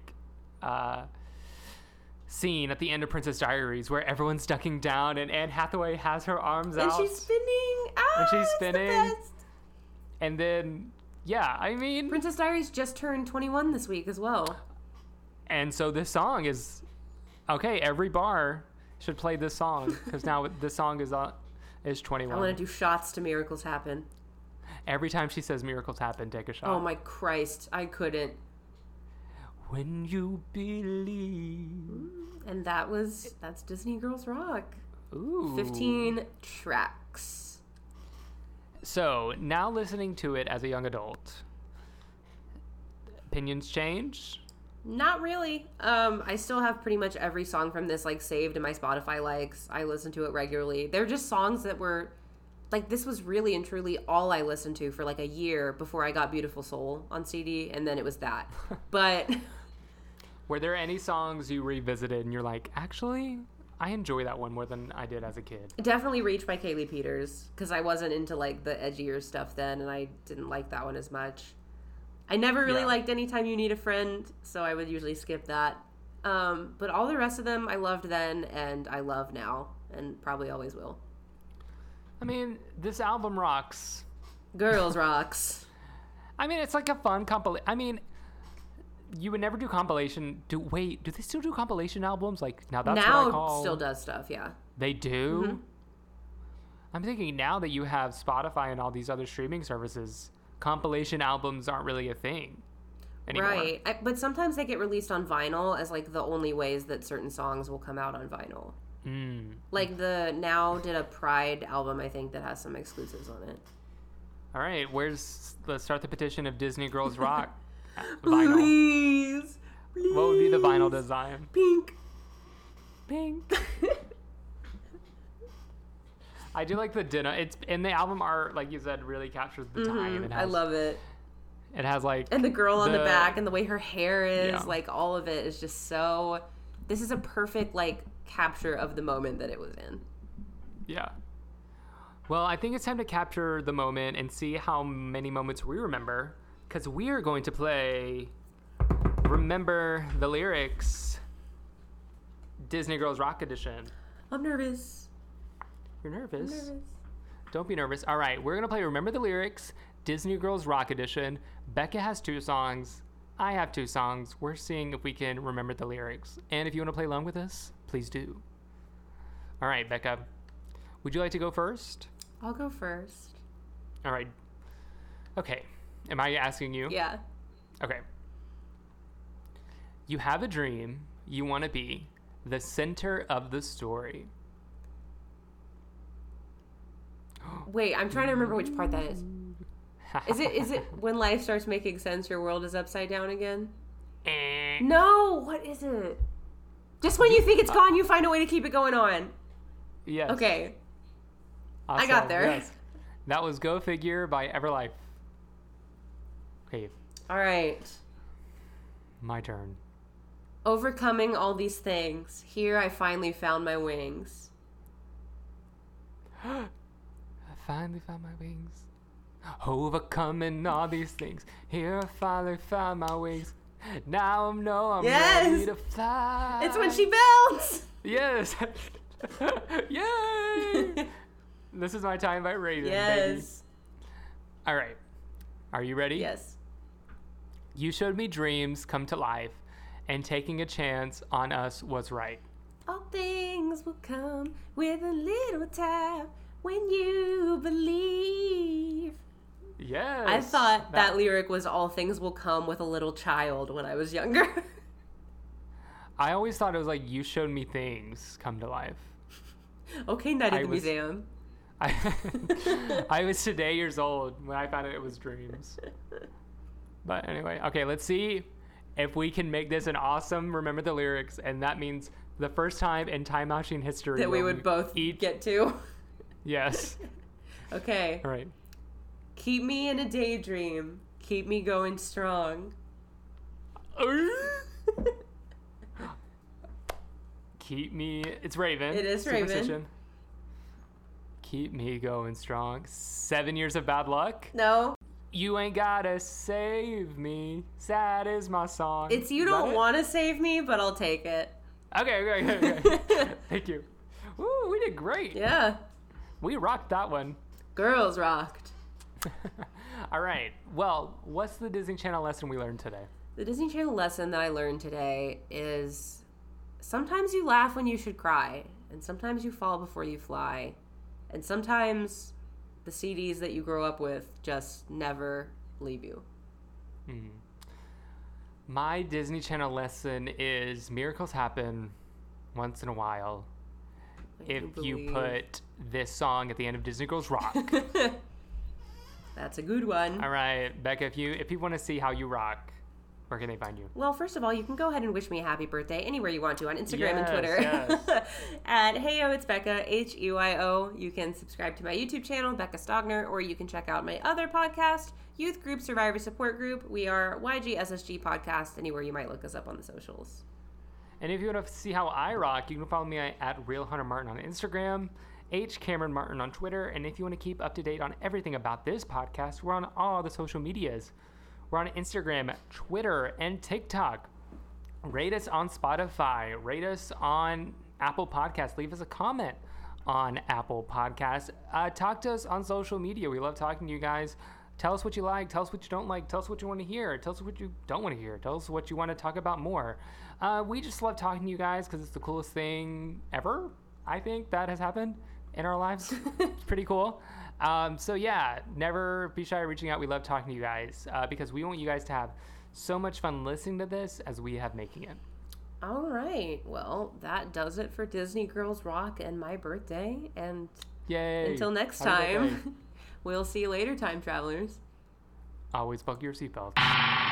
B: uh, scene at the end of Princess Diaries where everyone's ducking down and Anne Hathaway has her arms
A: And
B: out.
A: she's spinning. Ah,
B: And she's
A: it's the
B: spinning.
A: best.
B: And then, yeah, I mean,
A: Princess Diaries just turned 21 this week as well.
B: and so this song is okay. Every bar should play this song because now this song is on is
A: I
B: 21.
A: want to do shots to miracles happen.
B: Every time she says miracles happen, take a shot.
A: Oh my Christ, I couldn't.
B: When you believe.
A: And that was that's Disney Girls Rock.
B: Ooh.
A: 15 tracks.
B: So now listening to it as a young adult, opinions change.
A: Not really. Um, I still have pretty much every song from this like saved in my Spotify likes. I listen to it regularly. They're just songs that were like this was really and truly all I listened to for like a year before I got Beautiful Soul on CD, and then it was that. But
B: Were there any songs you revisited and you're like, actually, I enjoy that one more than I did as a kid?
A: definitely Reach by Kaylee Peters because I wasn't into like the edgier stuff then, and I didn't like that one as much. I never really
B: Yeah.
A: liked Anytime You Need a Friend, so I would usually skip that. Um, but all the rest of them I loved then, and I love now, and probably always will.
B: I mean, this album rocks.
A: Girls rocks.
B: I mean, it's like a fun compil. I mean, you would never do compilation. Do wait? Do they still do compilation albums? Like now that's what I
A: now
B: call.
A: it still does stuff, yeah.
B: They do.
A: Mm-hmm.
B: I'm thinking now that you have Spotify and all these other streaming services, compilation albums aren't really a thing anymore.
A: Right. I, but sometimes they get released on vinyl as like the only ways that certain songs will come out on vinyl.
B: Mm.
A: Like the Now did a Pride album, I think, that has some exclusives on it.
B: All right, where's let's start the petition of Disney Girls Rock vinyl.
A: Please. please.
B: What would be the vinyl design?
A: Pink.
B: Pink. I do like the dinner. It's and the album art, like you said, really captures the time. It has,
A: Mm-hmm. I love it.
B: It has like
A: And the girl on the,
B: The-
A: back and the way her hair is,
B: Yeah.
A: like all of it is just so. This is a perfect, like, capture of the moment that it was in.
B: yeah. Well, I think it's time to capture the moment and see how many moments we remember, because we are going to play. Remember the lyrics. Disney Girls Rock Edition.
A: I'm nervous.
B: You're nervous.
A: nervous.
B: Don't be nervous. All right, we're gonna play Remember the Lyrics, Disney Girls Rock Edition. Becca has two songs. I have two songs. We're seeing if we can remember the lyrics. And if you wanna play along with us, please do. All right, Becca, would you like to go first?
A: I'll go first.
B: All right. Okay. Am I asking you?
A: Yeah.
B: Okay. You have a dream. You wanna be the center of the story.
A: Wait, I'm trying to remember which part that is. Is it is it when life starts making sense, your world is upside down again?
B: Eh.
A: No, what is it? Just when you think it's gone, you find a way to keep it going on.
B: Uh, Yes.
A: Okay. I got
B: Awesome,
A: there.
B: That was Go Figure by Everlife. Okay,
A: All right.
B: my turn.
A: Overcoming all these things, here I finally found my wings.
B: I finally found my wings. Overcoming all these things. Here I finally found my wings. Now I know I'm
A: Yes!
B: ready to fly.
A: It's when she belts.
B: Yes! Yay! this is my time by Raven. baby.
A: yes.
B: All right. Are you ready?
A: Yes.
B: You showed me dreams come to life, and taking a chance on us was right.
A: All things will come with a little time when you believe.
B: Yes.
A: I thought that, lyric was all things will come with a little child when I was younger.
B: I always thought it was like you showed me things come to life.
A: okay, Night at
B: I
A: the
B: was-
A: Museum.
B: I, I was today years old when I found out it was dreams. But anyway, okay, let's see if we can make this an awesome remember the lyrics, and that means the first time in time machine history
A: That we
B: when
A: would both
B: each
A: get to.
B: yes.
A: Okay.
B: All right.
A: Keep me in a daydream. Keep me going strong.
B: Keep me. It's Raven.
A: It is Raven.
B: Keep me going strong. Seven years of bad luck.
A: No,
B: You ain't gotta save me. Sad is my song.
A: it's you
B: Love
A: don't
B: it?
A: want to save me, but I'll take it.
B: Okay, okay, okay. okay. Thank you. Ooh, we did great.
A: Yeah.
B: We rocked that one.
A: Girls rocked.
B: All right. Well, what's the Disney Channel lesson we learned today?
A: The Disney Channel lesson that I learned today is sometimes you laugh when you should cry, and sometimes you fall before you fly, and sometimes the CDs that you grow up with just never leave you.
B: My Disney Channel lesson is miracles happen once in a while. If you put this song at the end of Disney Girls Rock.
A: put. That's a good one.
B: All right, Becca, if you if people want to see how you rock, where can they find you?
A: Well, first of all, you can go ahead and wish me a happy birthday anywhere you want to on Instagram and
B: Yes,
A: Twitter.
B: yes.
A: At Heyo, it's Becca, H E Y O. You can subscribe to my YouTube channel, Becca Stogner, or you can check out my other podcast, Youth Group Survivor Support Group. We are YGSSG Podcast, anywhere you might look us up on the socials.
B: And if you want to see how I rock, you can follow me at Real Hunter Martin on Instagram, H Cameron Martin on Twitter, and if you want to keep up to date on everything about this podcast, we're on all the social medias. We're on Instagram, Twitter, and TikTok. Rate us on Spotify. Rate us on Apple Podcasts. Leave us a comment on Apple Podcasts. Uh, talk to us on social media. We love talking to you guys. Tell us what you like. Tell us what you don't like. Tell us what you want to hear. Tell us what you don't want to hear. Tell us what you want to talk about more. Uh, we just love talking to you guys because it's the coolest thing ever, I think, that has happened in our lives. it's pretty cool. Um, so, yeah, never be shy reaching out. We love talking to you guys uh, because we want you guys to have so much fun listening to this as we have making it.
A: All right. Well, that does it for Disney Girls Rock and my birthday. And
B: Yay!
A: until next
B: Have a good day.
A: time, we'll see you later, time travelers.
B: Always buckle your seatbelt.